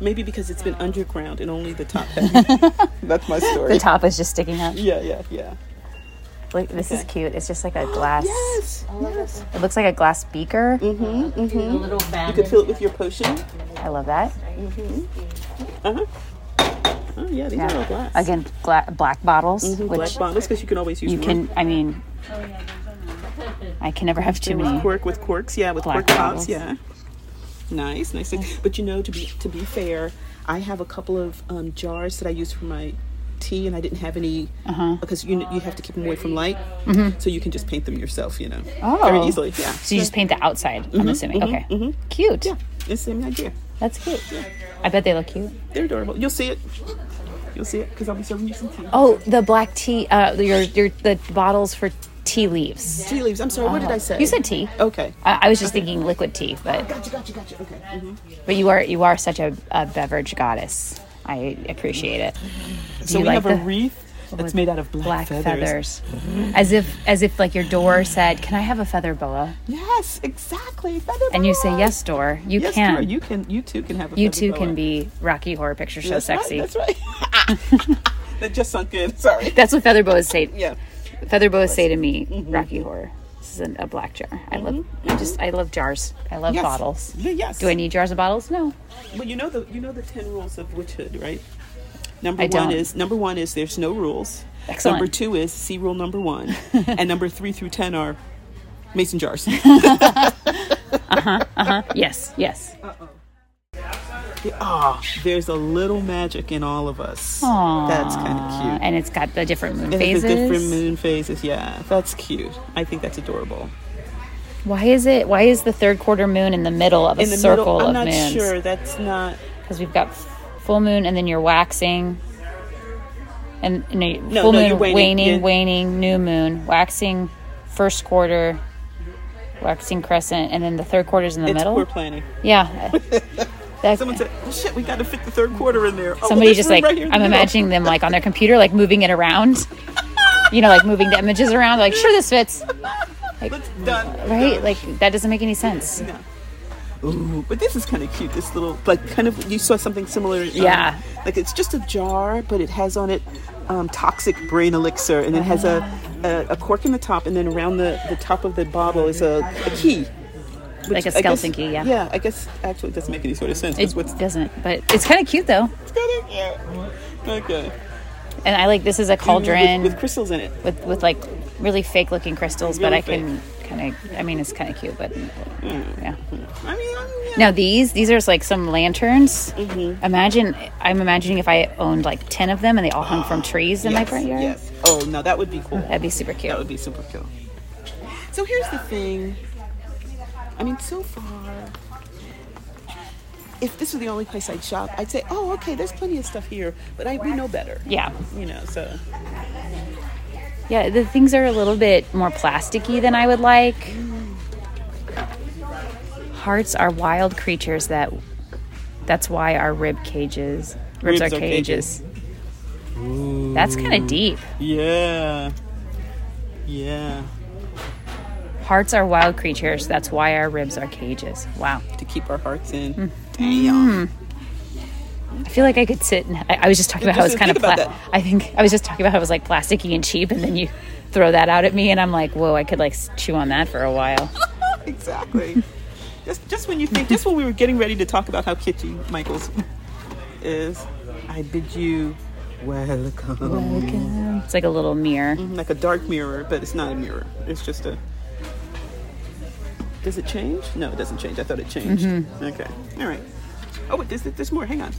Maybe because it's been underground and only the top. heavy. That's my story.
The top is just sticking up.
Yeah, yeah, yeah.
Look, this is cute. It's just like a glass.
Oh, Yes. Mm-hmm. yes.
It looks like a glass beaker.
You could fill it with your potion. Uh-huh.
I love that.
Oh yeah, these are all
Yeah.
glass. Mm-hmm,
Again, gla- black bottles, which
Black bottles because you can always use
you
more.
can. I mean, I can never have too many.
Quirk with quirks, yeah, with
Black
quirk tops,
bottles.
yeah. Nice, nice. But you know, to be to be fair, I have a couple of um, jars that I use for my tea, and I didn't have any
Uh-huh.
because you you have to keep them away from light, so you can just paint them yourself, you know, very
Mm-hmm. Oh.
easily. Yeah, Mm-hmm,
So you just paint the outside. I'm assuming. okay. Cute.
It's the same idea.
That's cute. I bet they look cute.
They're adorable. You'll see it. You'll see it because I'll be serving you some tea.
Oh, the black tea. Uh, your your the bottles for tea leaves.
Tea leaves. I'm sorry. What did I say?
Oh.
Oh.
You said tea.
Okay.
I, I was just thinking liquid tea, but
Gotcha, gotcha, gotcha. Okay. Mhm.
but you are you are such a, a beverage goddess. I appreciate it. Do
So
you
we
like
have a
the-
wreath that's
with
made out of black,
black
feathers.
feathers, as if as if like your door said, "Can I have a feather boa?"
Yes, exactly. Feather
And you say,
boa.
"Yes, door. You
Yes,
can.
Dora, you can. You too can have a.
You
feather
too
boa.
can be Rocky Horror Picture Show
That's
sexy."
Right, that's right. that just sunk in. Sorry.
That's what feather boas say.
Yeah. Mm-hmm.
Feather boas say to me, Rocky Horror. This is an, a black jar. I love. I just. I love jars. I love
Yes.
bottles.
Yeah, yes.
Do I need jars of bottles? No.
Well, you know the you know the ten rules of witchhood, right? Number
I
one
don't.
is number one is there's no rules.
Excellent.
Number two is see rule number one, and number three through ten are mason jars.
Yes. Yes.
Uh, Ah, there's a little magic in all of us.
Aw.
That's kind of cute.
And it's got the different moon
It has
phases.
the different moon phases. Yeah, that's cute. I think that's adorable.
Why is it? Why is the third quarter moon in the middle of a
In the
circle
middle, I'm
of
not
moons?
sure. That's not.
Because we've got f- full moon, and then you're waxing, and no,
No,
full
no,
moon,
you're waning,
waning,
yeah.
waning, new moon, waxing, first quarter, waxing crescent, and then the third quarter's in the
It's
middle.
poor planning.
Yeah. That-
Someone said, "Oh shit, we got to fit the third quarter in there." Oh, well,
somebody
there's
just
room
like
right here in the
I'm
middle.
imagining them like on their computer, like moving it around. You know, like moving the images around. Like, sure, this fits,
Let's done.
right? Like that doesn't make any sense.
Ooh, but this is kind of cute. This little, like, kind of, you saw something similar. um,
Yeah.
Like, it's just a jar, but it has on it um, toxic brain elixir, and it has a, a, a cork in the top, and then around the, the top of the bottle is a, a key.
Like a
I guess-
skeleton key, yeah.
Yeah, I guess actually it doesn't make any sort of sense. 'cause
It
what's
doesn't, but it's kind of cute though.
kind of cute. Okay.
And I like this is a
With,
cauldron
with crystals in it.
with with like really fake looking crystals, but
Really
I can kind of. I mean, it's kind of cute, but yeah.
I mean, I'm- yeah.
Now these these are like some lanterns.
Mm-hmm.
Imagine I'm imagining if I owned like ten of them and they all hung from trees in my
Yes,
front yard.
Yes. Oh, no, that would be cool.
That'd be super cute.
That would be super cool. So here's the thing. I mean, so far, if this were the only place I'd shop, I'd say, "Oh, okay, there's plenty of stuff here," but I, we know better.
yeah.
You know, so
Yeah, the things are a little bit more plasticky than I would like. Hearts are wild creatures that that's why our rib cages ribs,
Ribs
are
are
cages. That's kind of deep.
yeah, yeah,
Hearts are wild creatures. That's why our ribs are cages. Wow.
to keep our hearts in. Damn.
I feel like I could sit and I, I was just talking about how it's
Just
kind of
think about
pla- I think I was just talking about how it was like plasticky and cheap and then you throw that out at me and I'm like, "Whoa, I could like s- chew on that for a while."
Hmm. exactly. just, just when you think, just when we were getting ready to talk about how kitschy Michaels is, I bid you welcome.
It's like a little mirror.
like a dark mirror, but it's not a mirror. It's just a. Does it change? No, it doesn't change. I thought it changed.
Mm-hmm.
Okay. All right. Oh, wait, there's, there's more. Hang on.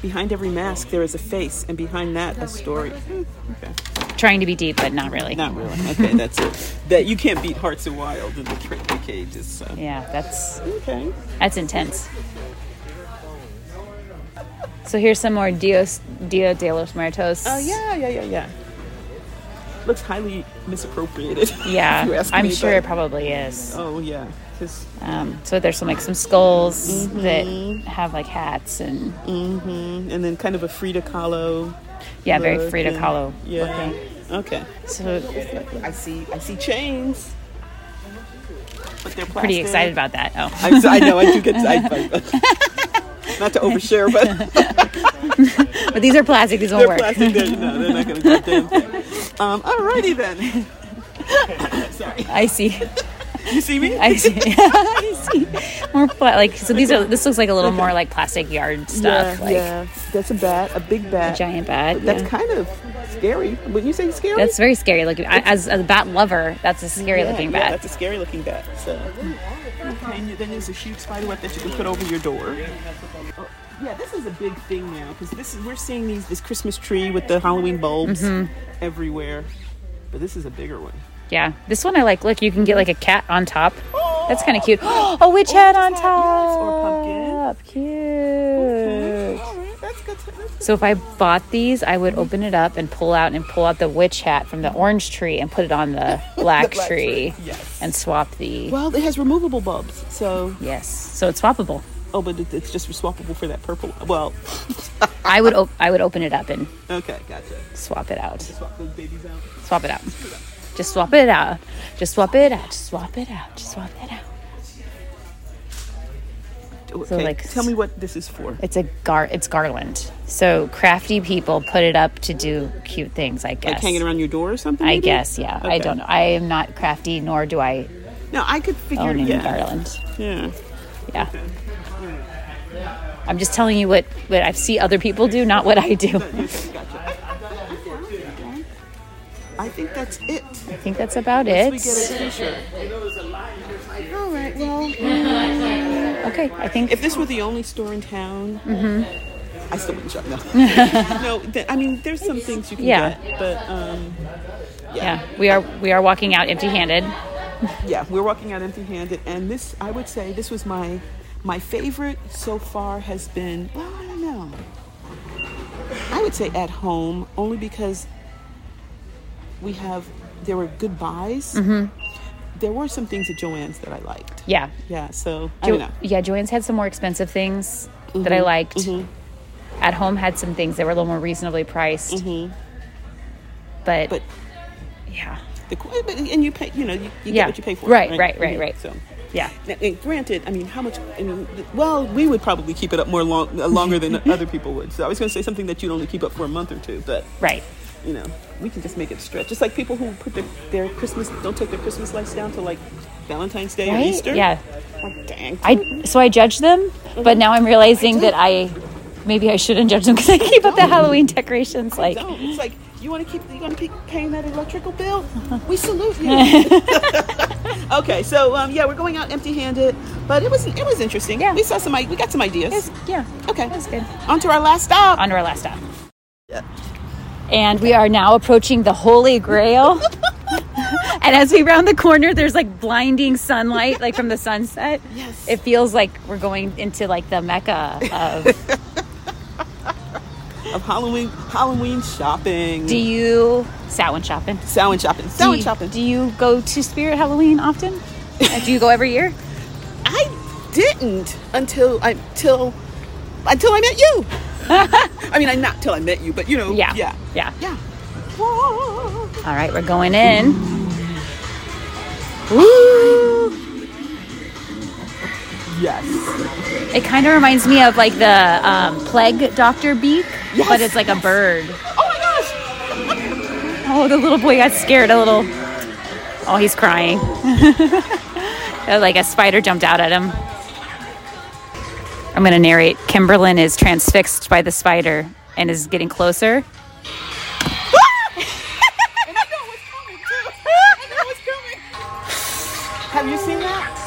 Behind every mask, there is a face, and behind that, a story. Hmm, Okay.
Trying to be deep, but not really.
Not really. Okay, that's it. That you can't beat Hearts of Wild in the trick the cages. So.
Yeah, that's
Okay.
That's intense. So here's some more Dios, Dia de los Muertos.
Oh yeah, yeah, yeah, yeah. Looks highly misappropriated. if
Yeah,
you ask
I'm
me,
sure it
but-
probably is.
Oh yeah, 'cause-
Um, so there's some like some skulls
Mm-hmm.
that have like hats and
and then kind of a Frida Kahlo
yeah, very
Look
Frida
and-
Kahlo
Yeah.
looking.
Okay.
So
I see. I see chains. But they're plastic.
pretty excited about that. Oh,
I'm so, I know. I do get. I, I, not to overshare, but
but these are plastic; these won't
they're
work.
plastic. They're, no, they're not going to do a damn thing. Um, alrighty then. Sorry.
I see.
You see me?
I see. I see. More pla- like so. These are. This looks like a little more like plastic yard stuff,
Yeah,
like
yeah. That's a bat. A big bat.
a giant bat.
That's
yeah.
kind of scary. Wouldn't you say scary?
That's very scary looking. I, as a bat lover, that's a scary
yeah,
looking
yeah,
bat.
that's a scary looking bat. So. Okay, and then there's a huge spider web that you can put over your door. Oh, yeah, this is a big thing now because this is we're seeing these this Christmas tree with the Halloween bulbs
Mm-hmm.
everywhere, but this is a bigger one.
yeah, this one I like. Look, you can get like a cat on top.
Oh,
That's kind of cute. Oh, witch hat on
witch hat, yes, or
top.
pumpkin.
Cute.
All right, Oh, that's good. To, that's good.
So if I bought these, I would open it up and pull out and pull out the witch hat from the orange tree and put it on the black,
black
tree,
tree, yes.
and swap the
Well, it has removable bulbs, so
yes. So it's swappable.
oh, but it, it's just swappable for that purple. Well,
I would op- I would open it up and
okay, gotcha.
swap it out.
Swap those babies out.
Swap it out. Just swap it out. Just swap it out. Just swap it out. Just swap it out.
Okay,
like-
tell me what this is for.
It's a gar. It's garland. So crafty people put it up to do cute things. I guess.
Like hanging around your door or something?
I
maybe?
guess. Yeah. I
Okay.
don't know. I am not crafty, nor do I
No, I could figure.
own any
yeah,
garland.
yeah.
Yeah. I'm just telling you what, what I see other people do, not what I do. I
I think that's it.
think that's about
We
it.
get a t-shirt. All right. Well,
Okay, I think
if this were the only store in town, I still wouldn't shop. No, no. Th- I mean, there's some things you can
Yeah.
get, but um,
yeah, we are we are walking out empty-handed.
yeah, we're walking out empty-handed, and this, I would say, this was my my favorite so far has been. Well, I don't know. I would say at home only because we have there were good buys. There were some things at Joann's that I liked.
Mm-hmm. Yeah.
Yeah, so I
Jo-
don't know. Mm-hmm.
yeah, Joanne's had some more expensive things that I liked. At home had some things that were a little more reasonably priced. But,
Mm-hmm. But
yeah.
the qu- but and you pay, you know, you, you
Yeah.
get what you pay for.
Right, right, right,
Mhm.
right.
So.
Yeah.
Now, and granted, I mean, how much? I mean, th- well, we would probably keep it up more long, uh, longer than other people would. So I was going to say something that you'd only keep up for a month or two, but
Right.
you know, we can just make it stretch. Just like people who put their, their Christmas don't take their Christmas lights down to like Valentine's Day
Right?
or Easter.
Yeah.
Like, dang.
I so I judge them,
Mm-hmm.
but now I'm realizing that I maybe I shouldn't judge them because I keep up the Halloween decorations. Like,
don't. It's like you want to keep you want to keep paying that electrical bill. We salute you. okay, so um, yeah, we're going out empty-handed, but it was it was interesting.
Yeah.
we saw some i- we got some ideas.
Yes, yeah.
Okay,
That was good. Uh,
On to our last stop.
On to our last stop. And we are now approaching the Holy Grail. and as we round the corner, there's like blinding sunlight, like from the sunset.
Yes.
It feels like we're going into like the Mecca of.
of Halloween Halloween shopping.
do you. Samhain shopping.
Samhain shopping.
Do
Samhain
you,
shopping.
do you go to Spirit Halloween often? Uh, do you go every year?
I didn't until I till until I met you. I mean, I not till I met you, but you know,
Yeah.
yeah,
Yeah.
yeah. Whoa.
All right, we're going in.
Yes.
It kind of reminds me of like the um, plague doctor beak,
Yes,
but it's like a bird.
Oh my gosh.
Oh, the little boy got scared a little. Oh, he's crying. like a spider jumped out at him. I'm going to narrate. Kimberlyn is transfixed by the spider and is getting closer.
And I know what's coming too. I know what's coming. Have you seen that?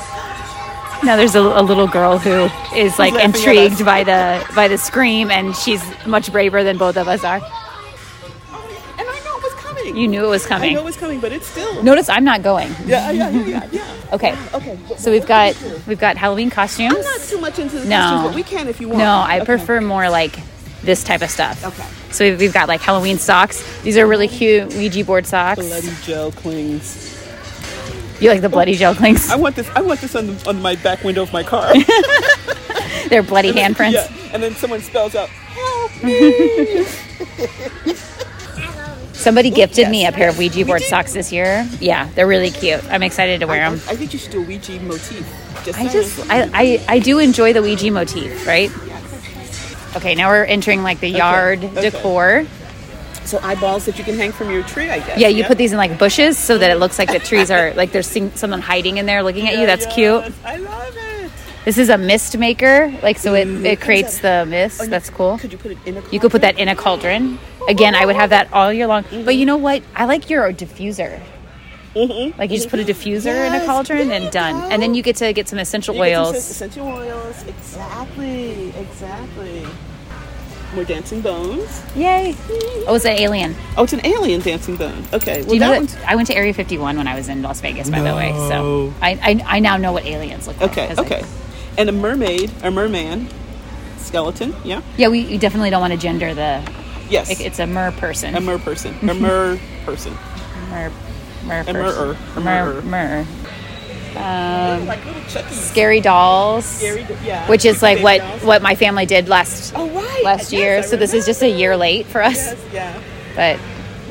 Now there's a, a little girl who is like
laughing at us.
intrigued by the by the scream and she's much braver than both of us are.
Oh, and I know what's coming.
You knew it was
I know
coming.
what's coming, but it's still.
Notice I'm not going.
Yeah, yeah, yeah, yeah, yeah.
Okay.
Okay. but
So we've
what are we
got
gonna do?
we've got Halloween costumes.
I'm not too much into the
No.
costumes, but we can if you want.
No, I
Oh, Okay.
prefer more like this type of stuff.
Okay.
So we've- we've got like Halloween socks. These are really cute Ouija board socks.
bloody gel clings.
You like the bloody gel clinks?
I want this. I want this on the, on my back window of my car.
They're bloody handprints.
Yeah, and then someone spells out.
Somebody gifted me a
yes.
pair of Ouija board
did.
socks this year. Yeah, they're really cute. I'm excited to wear
I, I
them.
think you should do a Ouija motif. Just
I
saying.
just I, I I do enjoy the Ouija motif, right? Okay, now we're entering like the yard
okay.
decor.
so eyeballs that you can hang from your tree. I guess.
Yeah, you
Yep.
put these in like bushes so that it looks like the trees are like there's sing- someone hiding in there looking at you. That's
Yes,
cute.
I love it.
This is a mist maker, like so it, it creates the
Oh,
mist.
Mm. you-
That's cool.
Could you put it in a?
You could put that in a cauldron. Again, I would have that all year long. But you know what? I like your diffuser.
Mm-hmm.
Like you just put a diffuser in a
Yes,
cauldron
there
and
you
done.
go.
And then you get to get some essential oils.
essential oils. Exactly. Exactly. More dancing bones.
Yay! Oh, it's an alien.
Oh, it's an alien dancing bone. Okay. Well,
Do you
that
know
one's
that I went to Area 51 when I was in Las Vegas, by the way. So
No.
I, I I now know what aliens look like.
okay.
'cause I-
Okay. And a mermaid, a merman, skeleton. Yeah.
yeah, we you definitely don't want to gender the.
Yes.
It, it's a mer person.
a mer person. A mer person.
mer, mer
a
person.
mer-er, a
Mer,
mer-er.
mer.
like little Chucky's.
Scary dolls.
Scary do- yeah.
Um, Which is like
Baby
what
dolls.
what my family did last
Oh right.
last
Yes,
year.
I
So this is just a year late for us.
remember. Yes, yeah.
But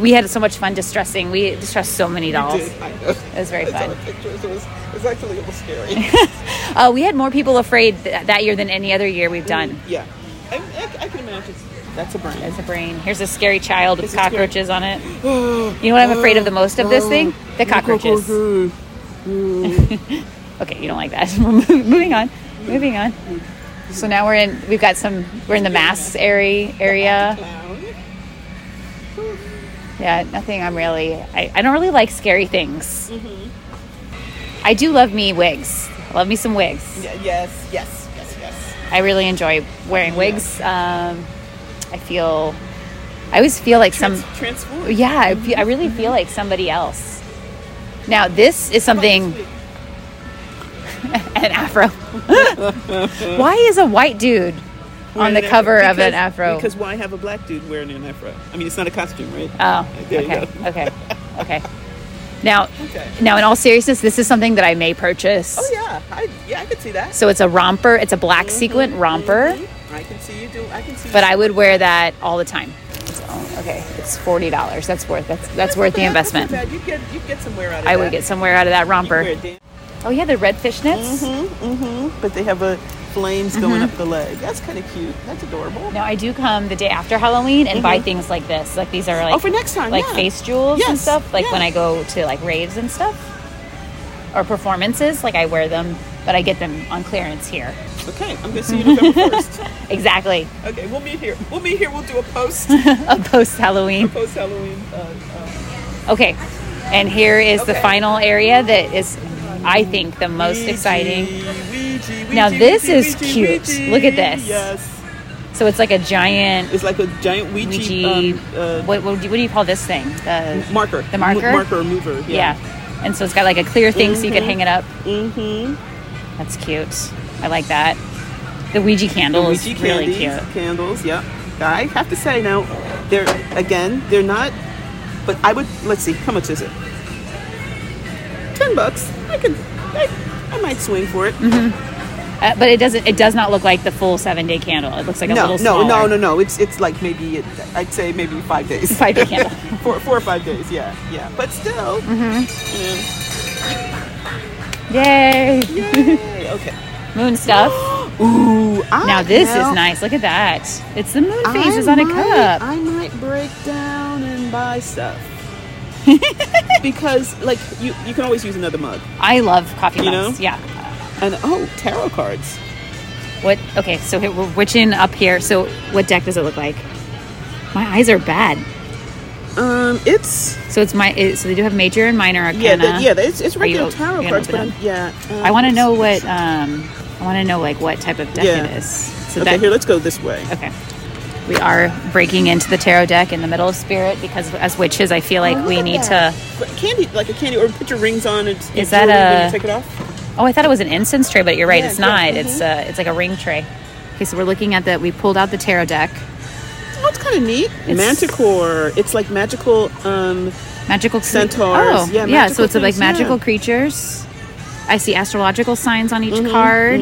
we had so much fun distressing. We distressed so many dolls.
Did, I know.
It was very
I saw
fun.
the pictures. It was, it was actually a little scary.
Uh, we had more people afraid th- that year than any other year we've done.
yeah. I, I, I can imagine. That's a brain.
There's a brain. Here's a scary child
It's
with
a scary- Oh,
cockroaches on it. You know what I'm afraid of the most of this thing? The cockroaches. Okay, you don't like that. We're mov- moving on. Moving on. So now we're in. We've got some. We're in the mass area. Area.
Clown.
Yeah. Nothing. I'm really. I, I don't really like scary things. I do love me wigs. Love me some wigs.
Yeah, yes, yes, yes, yes.
I really enjoy wearing wigs. Um, I feel. I always feel like some.
Trans- transform.
Yeah, I, feel, I really feel like somebody else. Now this is something an afro. Why is a white dude on the cover of an afro?
Because why have a black dude wearing an afro? I mean, it's not a costume, right?
oh,
There you
okay,
go.
okay, okay. Now,
Okay.
now, in all seriousness, this is something that I may purchase.
Oh yeah, I, yeah, I could see that.
So it's a romper. It's a black sequin romper,
Mhm. I can see you do. I can see.
but
you.
I would wear that all the time. It's- oh, okay, it's forty dollars. That's worth that's that's worth the
That's not
investment.
bad. You get you get somewhere out of
I
that.
would get somewhere out of that
You wear
romper.
a dan-
Oh yeah, the red fishnets.
Mm-hmm. But they have a flames
Mm-hmm.
going up the leg. That's kind of cute. That's adorable.
Now I do come the day after Halloween and buy things like this. Like these are like
Mm-hmm. Oh, for next time,
like
yeah.
face jewels and
Yes,
stuff. Like when
yeah.
I go to like raves and stuff or performances, like I wear them, but I get them on clearance here.
Okay, I'm gonna see you
Mm-hmm.
November first.
Exactly,
okay, we'll meet here. We'll meet here. We'll do a post
a post Halloween.
post Halloween. Uh, uh,
Okay, and here is the
Okay.
final area that is, I think, the most exciting.
Ouija, Ouija, Ouija,
Now, this
Ouija,
is
Ouija,
cute.
Ouija.
Look at this.
Yes,
So it's like a giant
it's like a giant Ouija,
Ouija.
um, uh,
what, what, do you, what do you call this thing? The
marker.
The marker?
Mo- marker mover.
yeah.
Yeah.
And so it's got like a clear thing so you can
Mhm.
hang it up.
Mm-hmm.
That's cute. I like that. The Ouija candle
The
is
Ouija
really
candies,
cute.
Candles, yep. I have to say now, they're again, they're not. But I would let's see, how much is it? Ten bucks. I could. I, I might swing for it.
Uh, but it doesn't. It does not look like the full seven day candle. It looks like a
no,
little
no,
smaller.
no, no, no. It's it's like maybe I'd say maybe five days.
Five day candle.
four, four or five days. Yeah, yeah. But still.
Mm-hmm. Yay!
Yay. Okay.
Moon stuff.
Ooh. I,
now this
now,
is nice. Look at that. It's the moon
I
phases on a
might-
cup.
I might break down and buy stuff. because like you, you can always use another mug.
I love coffee
You
mugs.
know?
Yeah.
And oh, tarot cards.
What? Okay. So here, we're witching up here. So what deck does it look like? My eyes are bad.
Um, it's
So it's my. It, so they do have major and minor arcana.
yeah, the, yeah. It's, it's
Are you
regular
o-
tarot
you gonna
cards, but
open
I'm, yeah. um,
I want to know what. Um, I want to know like what type of deck
Yeah.
it is. So
Okay,
that
here, let's go this way.
Okay. We are breaking into the tarot deck in the middle of spirit because, as witches, I feel like
Oh, look
we
at
need
that.
to.
But candy, like a candy, or put your rings on. And
Is that a-
take it off?
Oh, I thought it was an incense tray, but you're right.
Yeah,
it's
yeah,
not.
mhm.
It's uh, it's like a ring tray. Okay, so we're looking at the. We pulled out the tarot deck,
Oh, it's kind of neat.
It's-
Manticore. It's like magical. Um,
magical cre-
Centaurs,
Oh,
yeah,
So
magical
it's like
things, yeah.
magical creatures. I see astrological signs on each
Mm-hmm,
card.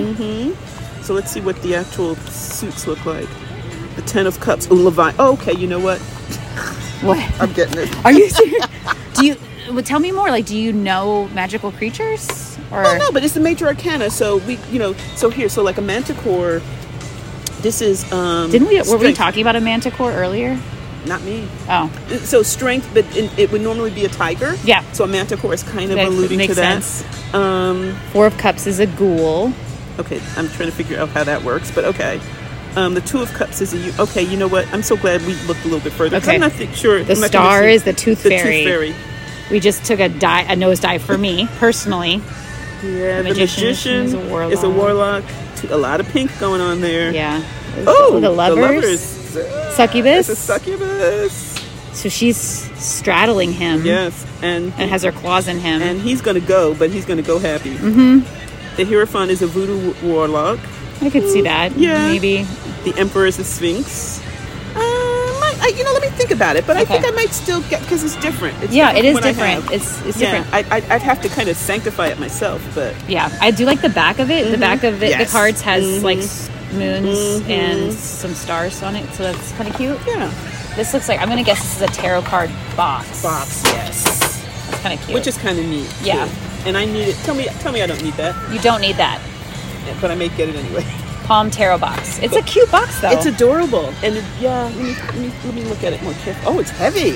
so let's see what the actual suits look like. The Ten of Cups. Ooh, Levi. Oh, okay. You know what?
What
I'm getting it.
are you? serious? do you? Well, tell me more. Like, do you know magical creatures? Or
Well, no, but it's the major arcana, so we, you know, so here, so like a manticore. This is um
didn't we? Were we
strength.
talking about a manticore earlier?
Not me.
Oh,
So strength, but in, it would normally be a tiger.
Yeah.
So a manticore is kind of
That
alluding
makes
to that.
sense.
Um.
Four of Cups is a ghoul.
Okay, I'm trying to figure out how that works, but okay. Um, the two of cups is a you. Okay, you know what? I'm so glad we looked a little bit further. 'cause
Okay.
I'm not thi- sure.
The
I'm not
star
convinced-
is the tooth
the
fairy.
Tooth fairy.
We just took a die, a nose dive for me personally.
Yeah. The
magician is
magician,
a
is a
warlock.
warlock. T- A lot of pink going on there.
Yeah.
Oh,
the lovers.
The lovers.
Succubus? Hmm?
It's a succubus.
So she's straddling him
Yes, and
and has her claws in him.
and he's gonna go, but he's gonna go happy. Mm-hmm. The Hierophant is a voodoo w- warlock.
I could see that.
Yeah.
Maybe.
The Emperor is a sphinx. Um, I, I, you know, let me think about it, but I
Okay.
think I might still get because it's different. It's
Yeah, it
from
is
what I
different.
have.
It's it's
yeah,
different.
I, I, I'd have to kind of sanctify it myself, but
Yeah. I do like the back of it. The back of
Mm-hmm.
it,
Yes. Mm-hmm.
the cards has
Mhm.
like s- moons and some stars on it, so that's kind of cute.
yeah,
This looks like I'm gonna guess this is a tarot card box.
box, yes,
That's kind of cute.
which is kind of neat. too.
Yeah.
and I need it. Tell me, tell me, I don't need that,
you don't need that
but I may get it anyway.
palm tarot box. It's a cute box though.
It's adorable, and it- yeah, let me, let me let me look at it more carefully. Oh, it's heavy.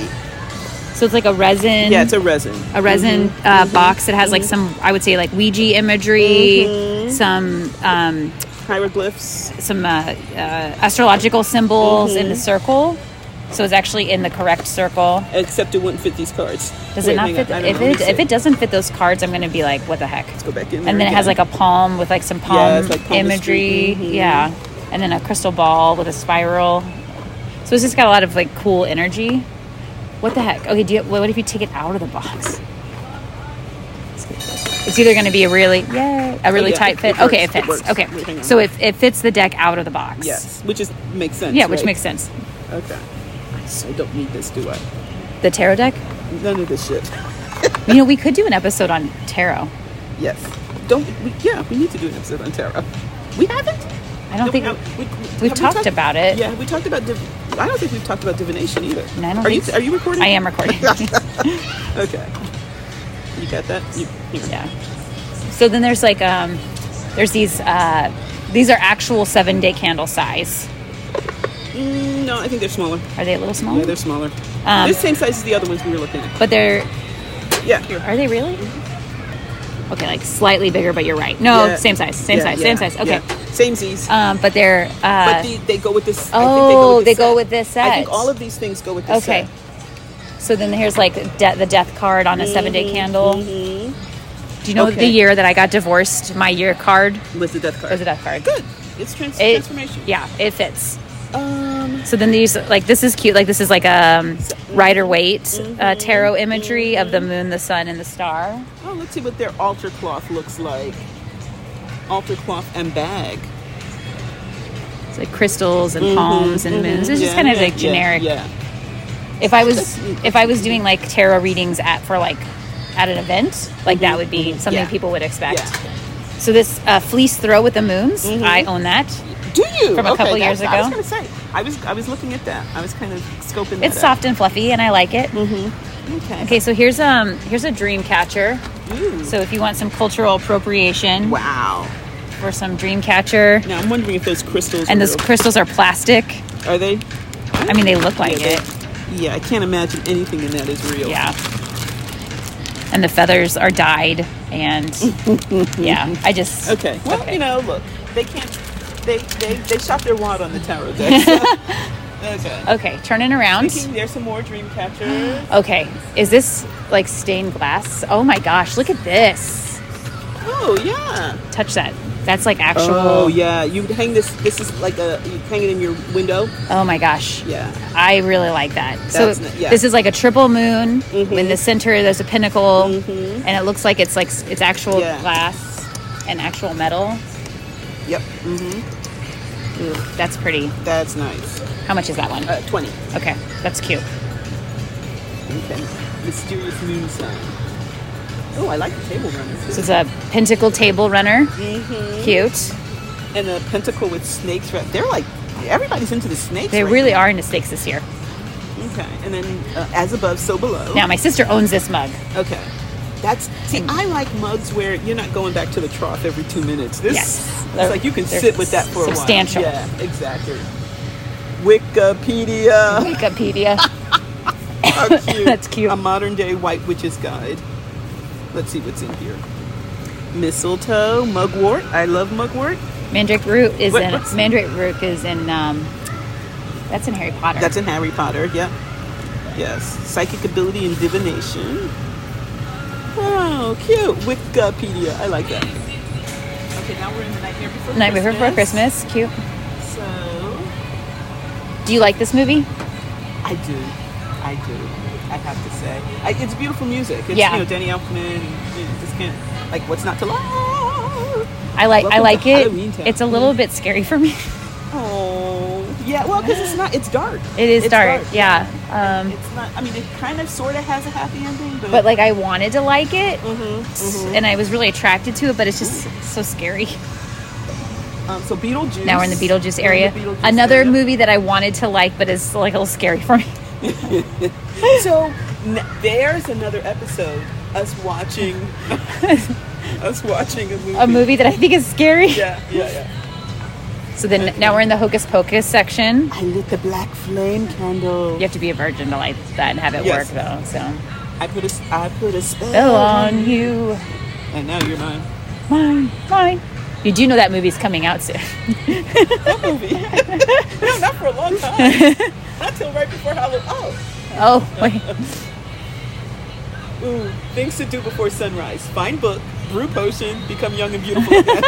so it's like a resin.
Yeah, it's a Mm-hmm. resin.
a resin uh, box that has like some I would say like Ouija imagery,
Mm-hmm.
some um,
Hieroglyphs.
some uh, uh, astrological symbols in the
Mm-hmm.
circle. So it's actually in the correct circle.
Except it wouldn't fit these cards.
Does
Wait,
it not
hang
fit?
on, I don't
if
know.
it
Let
if
me
it doesn't fit those cards, I'm gonna be like, what the heck?
see. go back in.
And
there
then it has
again.
like a palm with like some palm,
Yeah, it's like palmistry.
imagery,
Mhm.
yeah, and then a crystal ball with a spiral. So it's just got a lot of like cool energy. What the heck? Okay, do you, what if you take it out of the box? It's either going to be a really yay, a really
Oh, yeah,
tight
it-
fit.
it
okay, it
works, it
fits.
works. Wait, hang
Okay,
on.
so it, it fits the deck out of the box.
Yes, which is makes sense.
Yeah, which
right?
makes sense.
Okay. I so don't need this, do I?
The tarot deck.
None of this shit.
you know, we could do an episode on tarot.
Yes. Don't. We, yeah, we need to do an episode on tarot. We haven't.
I don't
No,
think
have- we, have
we've talked about it.
Yeah, we talked about. Div- I don't think we've talked about divination either.
And I don't
are
think
you? Are you recording?
I am recording.
Okay. You got that? You, here.
Yeah. So then there's like um, there's these uh, these are actual seven day candle size.
Mm, no, I think they're smaller.
Are they a little small?
Yeah, they're smaller.
Um,
they're the same size as the other ones we were looking at.
but they're
Yeah, here.
are they really? Okay, like slightly bigger, but you're right. No,
Yeah.
Oh, same size, same
Yeah,
size,
yeah,
same size. Okay.
yeah. Same Z's.
Um, but they're uh,
but the, they go with this.
oh,
I think
they
they
go
go
with
with
this
this set. I think
set.
all of these things go with this
okay.
set.
So then here's like de- the death card on a seven day candle. Do you know the
Mm-hmm, Okay.
year that I got divorced? My year card
With the death card.
was a death card.
Good. It's trans-
It-
transformation.
Yeah, it fits.
Um,
So then these like this is cute. Like this is like a um, Rider Waite uh,
Mm-hmm.
tarot imagery of the moon, the sun, and the star.
oh, let's see what their altar cloth looks like. Altar cloth and bag.
It's like crystals and palms and moons. It's just
Mm-hmm, Yeah,
kind of
yeah,
like
yeah,
generic.
Yeah.
If I was if I was doing like tarot readings at for like at an event, like that would be something
Mm-hmm, Yeah.
people would expect.
Yeah. Mm-hmm.
So this uh, fleece throw with the moons, I own that.
Do you?
From a
Okay,
couple
that-
years
I was
ago.
going to say. I was, I was looking at that. I was kind of scoping
It's
that
soft and fluffy, and I like it.
Mm-hmm. out. Okay.
Okay, so here's um here's a dream catcher.
Ooh.
So if you want some cultural appropriation
Mm. wow.
for some dream catcher.
Now, I'm wondering if those crystals
and
are
those
real.
crystals are plastic.
Are they?
I mean, they look like
Yeah,
it.
they- Yeah, I can't imagine anything in that is real.
Yeah. And the feathers are dyed, and yeah, I just
Okay. Well,
Okay.
you know, look, they can't. They they they shot their wad on the tarot deck. so- okay.
okay. Turning around.
Thinking there's some more dream catchers.
Okay, is this like stained glass? Oh my gosh, look at this!
Oh yeah.
Touch that. That's like actual.
Oh yeah. You hang this. This is like a. You hang it in your window.
Oh my gosh.
Yeah.
I really like that.
That's n-
so
yeah. Mm-hmm.
this is like a triple moon. In the center, there's a pinnacle, and it looks like it's like s- it's actual
Yeah.
glass and actual metal.
Yep. Mm-hmm.
Ooh, that's pretty.
That's nice.
How much is that one?
Uh, Twenty.
Okay, that's cute.
Okay. Mysterious moon sign. Oh, I like the table runner. too.
This is a pentacle table runner.
Mm-hmm.
Cute.
and the pentacle with snakes. Right, they're like everybody's into the snakes.
They
right
really
now.
are into steaks this year.
Okay. And then uh, as above, so below.
Now, my sister owns this mug.
Okay. That's see, I like mugs where you're not going back to the trough every two minutes. This
Yes.
it's
They're-
like you can
they're
sit with that for
substantial.
a while. Yeah, exactly. Wikipedia.
Wikipedia.
How cute.
That's cute.
A modern day white witch's guide. Let's see what's in here. Mistletoe, mugwort. I love mugwort.
Mandrake root is
What-
in
what's-
Mandrake root is in um, that's in Harry Potter.
That's in Harry Potter. Yep. Yes. Psychic ability and divination. Oh, cute. Wikipedia. I like that. Okay, now we're in the nightmare before
Night Before Christmas. Cute.
So,
Do you like this movie?
I do. I do. I have to say, I, it's beautiful music. It's,
Yeah.
You know, Danny Elfman. You know, just can't like what's not to love.
I like I
Welcome
like
to
it.
Halloween Town. Mm.
It's a little bit scary for me.
Oh, yeah. Well, because it's not. It's dark.
It is
It's
dark. Yeah. Um,
It's not. I mean, it kind of, sort of has a happy ending, but,
but like I wanted to like it,
Mhm, mhm.
and I was really attracted to it, but it's just so scary.
Um, so Beetlejuice.
Now we're in the Beetlejuice
We're in
area.
the Beetlejuice
Another
area.
movie that I wanted to like, but is like a little scary for me.
So n- there's another episode. Us watching. us watching a movie.
A movie that I think is scary.
Yeah, yeah, yeah.
So then now we're in the hocus pocus section.
I lit the black flame candle.
You have to be a virgin to light that and have it
Yes.
work though. So
I put a. s- I put a spell
oh, on you,
And now you're mine.
mine, mine. You do know that movie's coming out soon.
No, not for a long time. not till right before Halloween. Oh.
Oh wait.
Ooh, things to do before sunrise. Find book, brew potion, become young and beautiful again.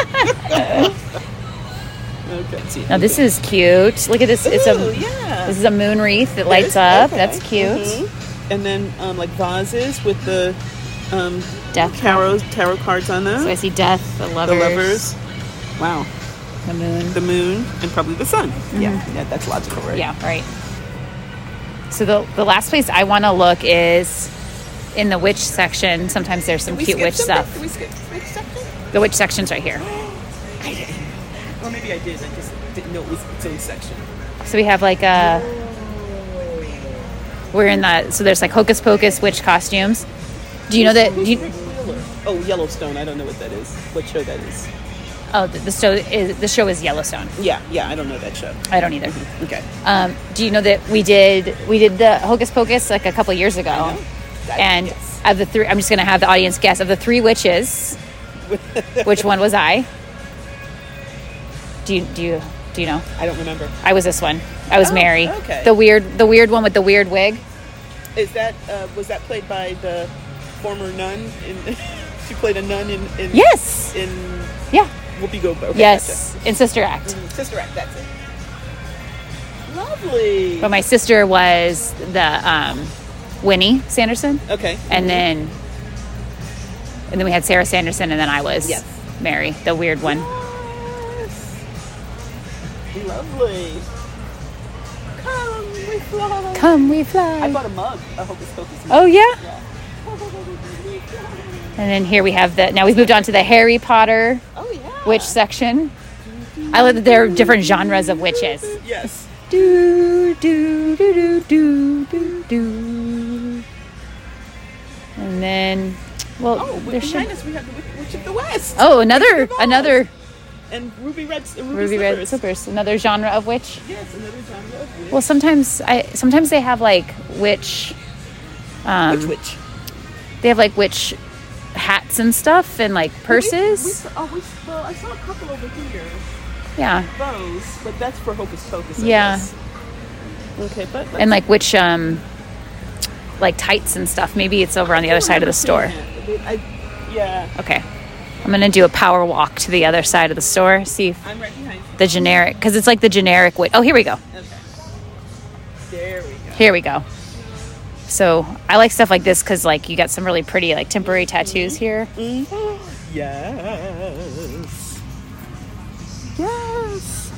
okay. See,
Now this is cute. Look at this. It's a
Ooh, yeah.
this is a moon wreath that lights up. That's cute.
Mhm. And then um, like vases with the um,
Death
tarot tarot cards on them.
So I see death, the
the
lovers,
lovers. Wow.
the moon.
The moon and probably the sun. Yeah, yeah, that's logical, right?
Mm-hmm. yeah, right. So the the last place I want to look is in the witch section. Sometimes there's some
We
cute
skipped
witch
something?
stuff.
Did we skip skip something?
The witch section's right here.
Or maybe I did. I just didn't know it was its own section.
So we have like a. We're in the so there's like hocus pocus witch costumes. Do you know that? Do Uh, you,
Oh, Yellowstone. I don't know what that is. What show that is?
oh, the, the show is the show is Yellowstone.
Yeah, yeah. I don't know that show.
I don't either.
Okay.
Um, do you know that we did we did the hocus pocus like a couple years ago?
That-
And
yes.
of the three, I'm just gonna have the audience guess of the three witches, which one was I? Do you do you do you know?
I don't remember.
I was this one. I was
Oh,
Mary,
okay.
the weird the weird one with the weird wig.
Is that uh, was that played by the former nun? In, she played a nun in. in
Yes.
In
Yeah.
Whoopi Goldberg. Okay,
Yes, in Sister Act.
gotcha. Sister Act. That's it. Lovely.
But my sister was the um, Winnie Sanderson,
Okay.
and then and then we had Sarah Sanderson, and then I was
Yes.
Mary, the weird one.
Yes. Lovely. Come, we fly.
Come, we
I
fly.
bought a mug. I hope it's focused.
Oh yeah.
Yeah.
And then here we have the. Now we've moved on to the Harry Potter
Oh yeah.
witch section. I love that there are different genres of witches.
Yes.
Do do do do do do do. And then, well,
Oh, with-
there
behind
should.
us we have the Witch- Witch of the West.
Oh, another
Witch of the
another
West. And Ruby Red. And Ruby,
ruby red
slippers.
slippers. Another genre of witch.
Yes, another genre of witch.
Well, sometimes I sometimes they have like witch. Um,
witch, witch.
They have like witch hats and stuff and like
We, we,
purses.
saw- oh, we, saw- well, I saw a couple over here.
yeah.
Those, but that's for Hocus Pocus. I
Yeah.
guess. Okay, but let's
and like which um like tights and stuff maybe it's over on the other side of the store
I, yeah,
okay i'm gonna do a power walk to the other side of the store see if
I'm right behind you.
the generic because it's like the generic way oh here we go
Okay. There we go.
here we go so i like stuff like this because like you got some really pretty like temporary tattoos
Mm-hmm.
here
Yes. Yes.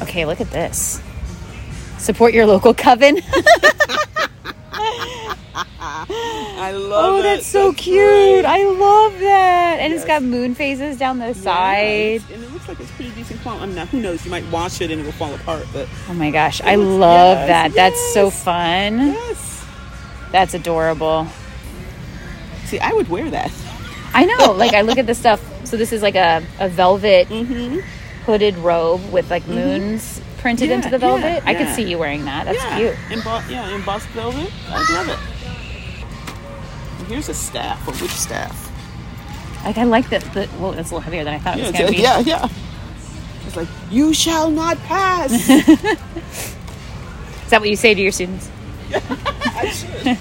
okay look at this support your local coven
I love
oh
it.
that's so cute i love that and it's got moon phases down the side
Nice. And it looks like it's pretty decent quality. I mean, now who knows? You might wash it and it will fall apart, but
oh my gosh i
looks-
love
yes,
that that's so
yes.
fun
yes.
That's adorable.
See, I would wear that.
I know. Like I look at this stuff. So this is like a, a velvet hooded robe with like moons
Mm-hmm.
printed
Yeah,
into the
yeah,
velvet. I could
yeah.
see you wearing that. That's
yeah.
cute.
Embo- yeah, embossed velvet. I'd love it. And here's a staff. A witch staff.
Like I like that. The, well, it's a little heavier than I thought it
Yeah, it's
was going to
like-
be.
yeah, yeah. It's like you shall not pass.
Is that what you say to your students?
I should.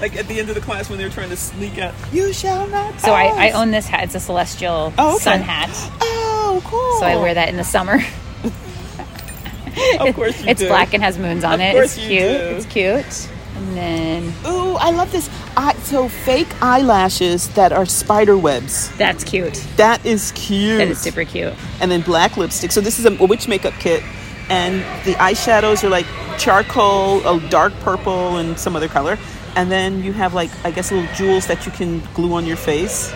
Like at the end of the class when they're trying to sneak out. You shall not.
So I, I
pass."
own this hat. It's a celestial
Oh, okay.
sun hat.
Oh, cool.
So I wear that in the summer.
Of course you
it's
do.
black and has moons on
Of
it.
course
it's
you
cute.
do.
It's cute. And then
Ooh, I love this. I, so fake eyelashes that are spider webs.
that's cute.
That is cute.
That is super cute.
And then black lipstick. So this is a witch makeup kit, and the eyeshadows are like charcoal, a dark purple, and some other color. And then you have like I guess little jewels that you can glue on your face.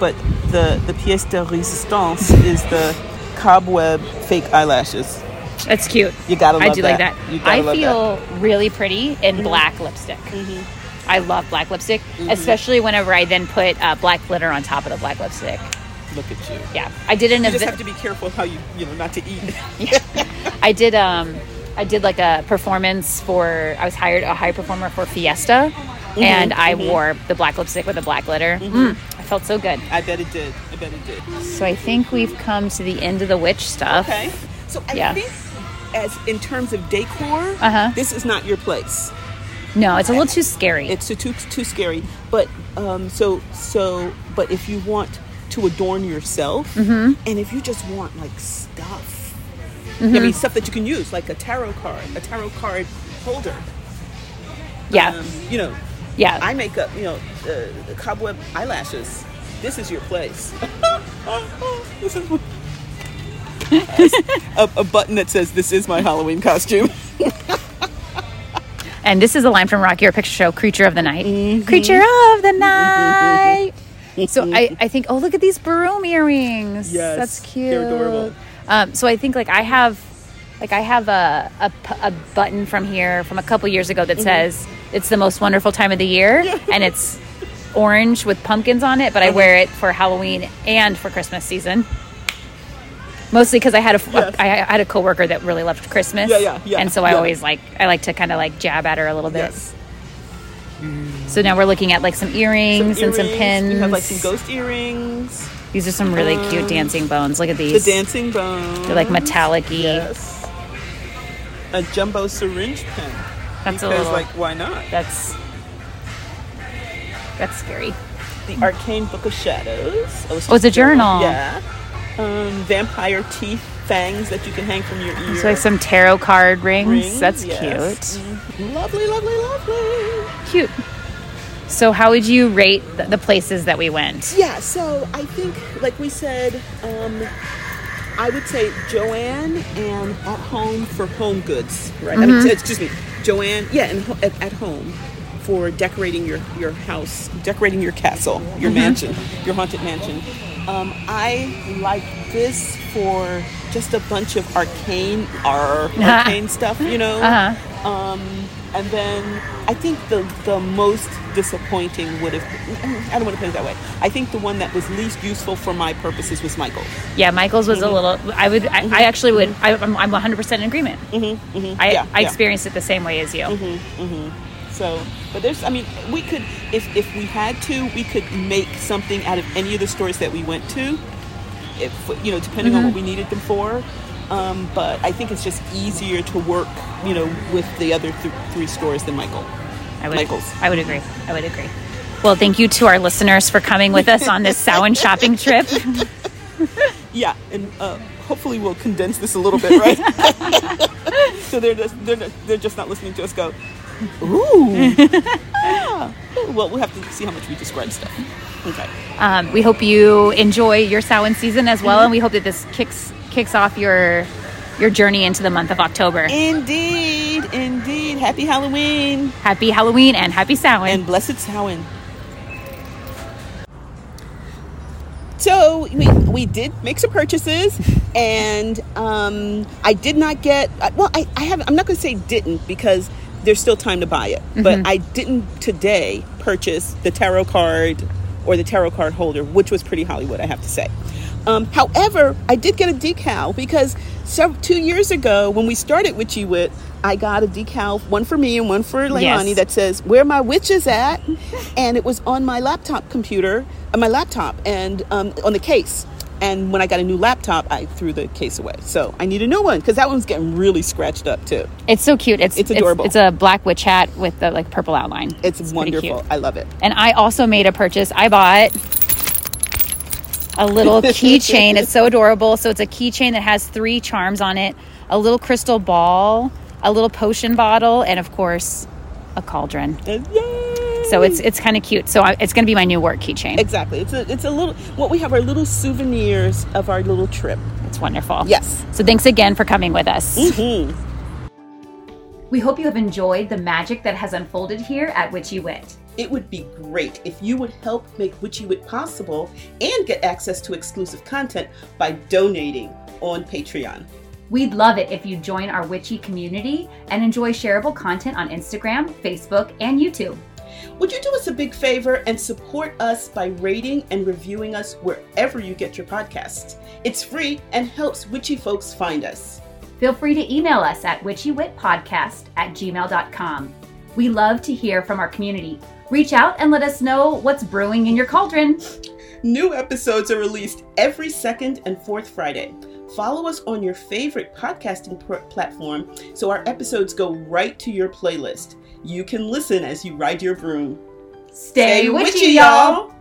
But the the pièce de résistance is the cobweb fake eyelashes.
That's cute.
You gotta
I
love
do like
that. Mm-hmm.
that.
You gotta
I
love
feel really pretty in black lipstick.
Mm-hmm.
I love black lipstick, especially whenever I then put uh, black glitter on top of the black lipstick.
Look at you.
Yeah, I did an
You just have
event.
to be careful how you you know not to eat.
I did um I did like a performance for I was hired a high performer for Fiesta
Mm-hmm.
and I wore the black lipstick with the black glitter. Mm, I felt so good.
I bet it did. I bet it did.
So I think we've come to the end of the witch stuff.
Okay. So I
Yeah.
think as in terms of decor,
Uh-huh.
this is not your place.
No, it's a little too scary.
It's too too, too scary. But um, so so but if you want to adorn yourself,
Mm-hmm.
and if you just want like stuff, I mean stuff that you can use, like a tarot card, a tarot card holder.
yeah.
Um, you know,
yeah.
eye makeup. You know, uh, cobweb eyelashes. This is your place. this is. a, a button that says "This is my Halloween costume."
and this is a line from Rock Your Picture Show, Creature of the Night.
Mm-hmm.
Creature of the Night. so I, I think, oh, look at these broom earrings.
Yes,
That's cute.
they're adorable.
Um, so I think like I have, like I have a, a, p- a button from here from a couple years ago
Mm-hmm.
that says it's the most wonderful time of the year and it's orange with pumpkins on it, but I
Mm-hmm.
wear it for Halloween and for Christmas season. Mostly because I had a f- I- I had a coworker that really loved Christmas,
Yeah, yeah, yeah,
and so I
yeah.
always like I like to kind of like jab at her a little bit.
Yes.
So now we're looking at like some earrings, and some
earrings.
pins.
You have like some ghost earrings,
These are some really cute dancing bones. Look at
the
these.
dancing bone.
They're like metallic-y.
Yes. A jumbo syringe pen.
That's
because
a little-
like why not?
That's that's scary.
The arcane book of shadows. Oh, it's,
Mm. Oh, it's
just
a journal.
Yeah. Um, vampire teeth fangs that you can hang from your ear.
So like some tarot card rings.
Rings,
that's
yes.
cute.
Mm, Lovely, lovely, lovely.
Cute. So how would you rate the, the places that we went?
Yeah, so I think, like we said, um, I would say Joanne and at home for home goods, right? I mean, t- excuse me, Joanne, yeah, and ho- at, at home for decorating your, your house, decorating your castle, your mansion, your haunted mansion. Um, I like this for just a bunch of arcane, ar- arcane stuff, you know?
Uh-huh.
Um, and then I think the the most disappointing would have I don't want to put it that way. I think the one that was least useful for my purposes was Michael.
Yeah, Michael's was
Mm-hmm.
a little. I would. I, I actually would. I, I'm, I'm 100% in agreement. I,
Mm-hmm. Yeah,
I
yeah.
experienced it the same way as you.
So, but there's I mean we could if if we had to we could make something out of any of the stores that we went to, if you know depending on what
Mm-hmm.
we needed them for. Um, but I think it's just easier to work you know with the other th- three stores than Michael.
I would,
Michael's.
I would agree. I would agree. Well, thank you to our listeners for coming with us on this Samhain shopping trip.
Yeah, and uh, hopefully we'll condense this a little bit, right? so they're just they're, not- they're just not listening to us go. Ooh. Ah. Well, we'll have to see how much we describe stuff. Okay.
Um, we hope you enjoy your Samhain season as well, and we hope that this kicks kicks off your your journey into the month of October.
Indeed, indeed. Happy Halloween
Happy Halloween and happy Samhain.
and blessed Samhain. So we we did make some purchases, and um, I did not get. I- Well, I, I have. I'm not going to say didn't because there's still time to buy it. But I didn't today purchase the tarot card or the tarot card holder, which was pretty Hollywood, I have to say. Um, however, I did get a decal because sev- two years ago when we started Witchy Wit, I got a decal, one for me and one for Leilani,
Yes.
that says where my witch is at and it was on my laptop computer uh, my laptop and um, on the case and when i got a new laptop i threw the case away so i need a new one because that one's getting really scratched up too
it's so cute. It's
It's adorable.
It's, a black witch hat with the like purple outline.
it's,
pretty
wonderful
cute.
i love it
And I also made a purchase. I bought a little keychain. It's so adorable. So it's a keychain that has three charms on it. a little crystal ball, a little potion bottle, and of course, a cauldron.
And yay!
So it's it's kind of cute. So I, it's going to be my new work keychain.
exactly. It's a it's a little what we have are little souvenirs of our little trip.
It's wonderful.
Yes.
So thanks again for coming with us.
Mm-hmm.
We hope you have enjoyed the magic that has unfolded here at Witchy Wit.
It would be great if you would help make Witchy Wit possible and get access to exclusive content by donating on Patreon.
We'd love it if you join our witchy community and enjoy shareable content on Instagram, Facebook, and YouTube.
Would you do us a big favor and support us by rating and reviewing us wherever you get your podcasts? It's free and helps witchy folks find us.
Feel free to email us at witchywitpodcast at gmail.com. We love to hear from our community. Reach out and let us know what's brewing in your cauldron.
New episodes are released every second and fourth Friday. Follow us on your favorite podcasting pr- platform so our episodes go right to your playlist. You can listen as you ride your broom.
Stay, witchy, y'all.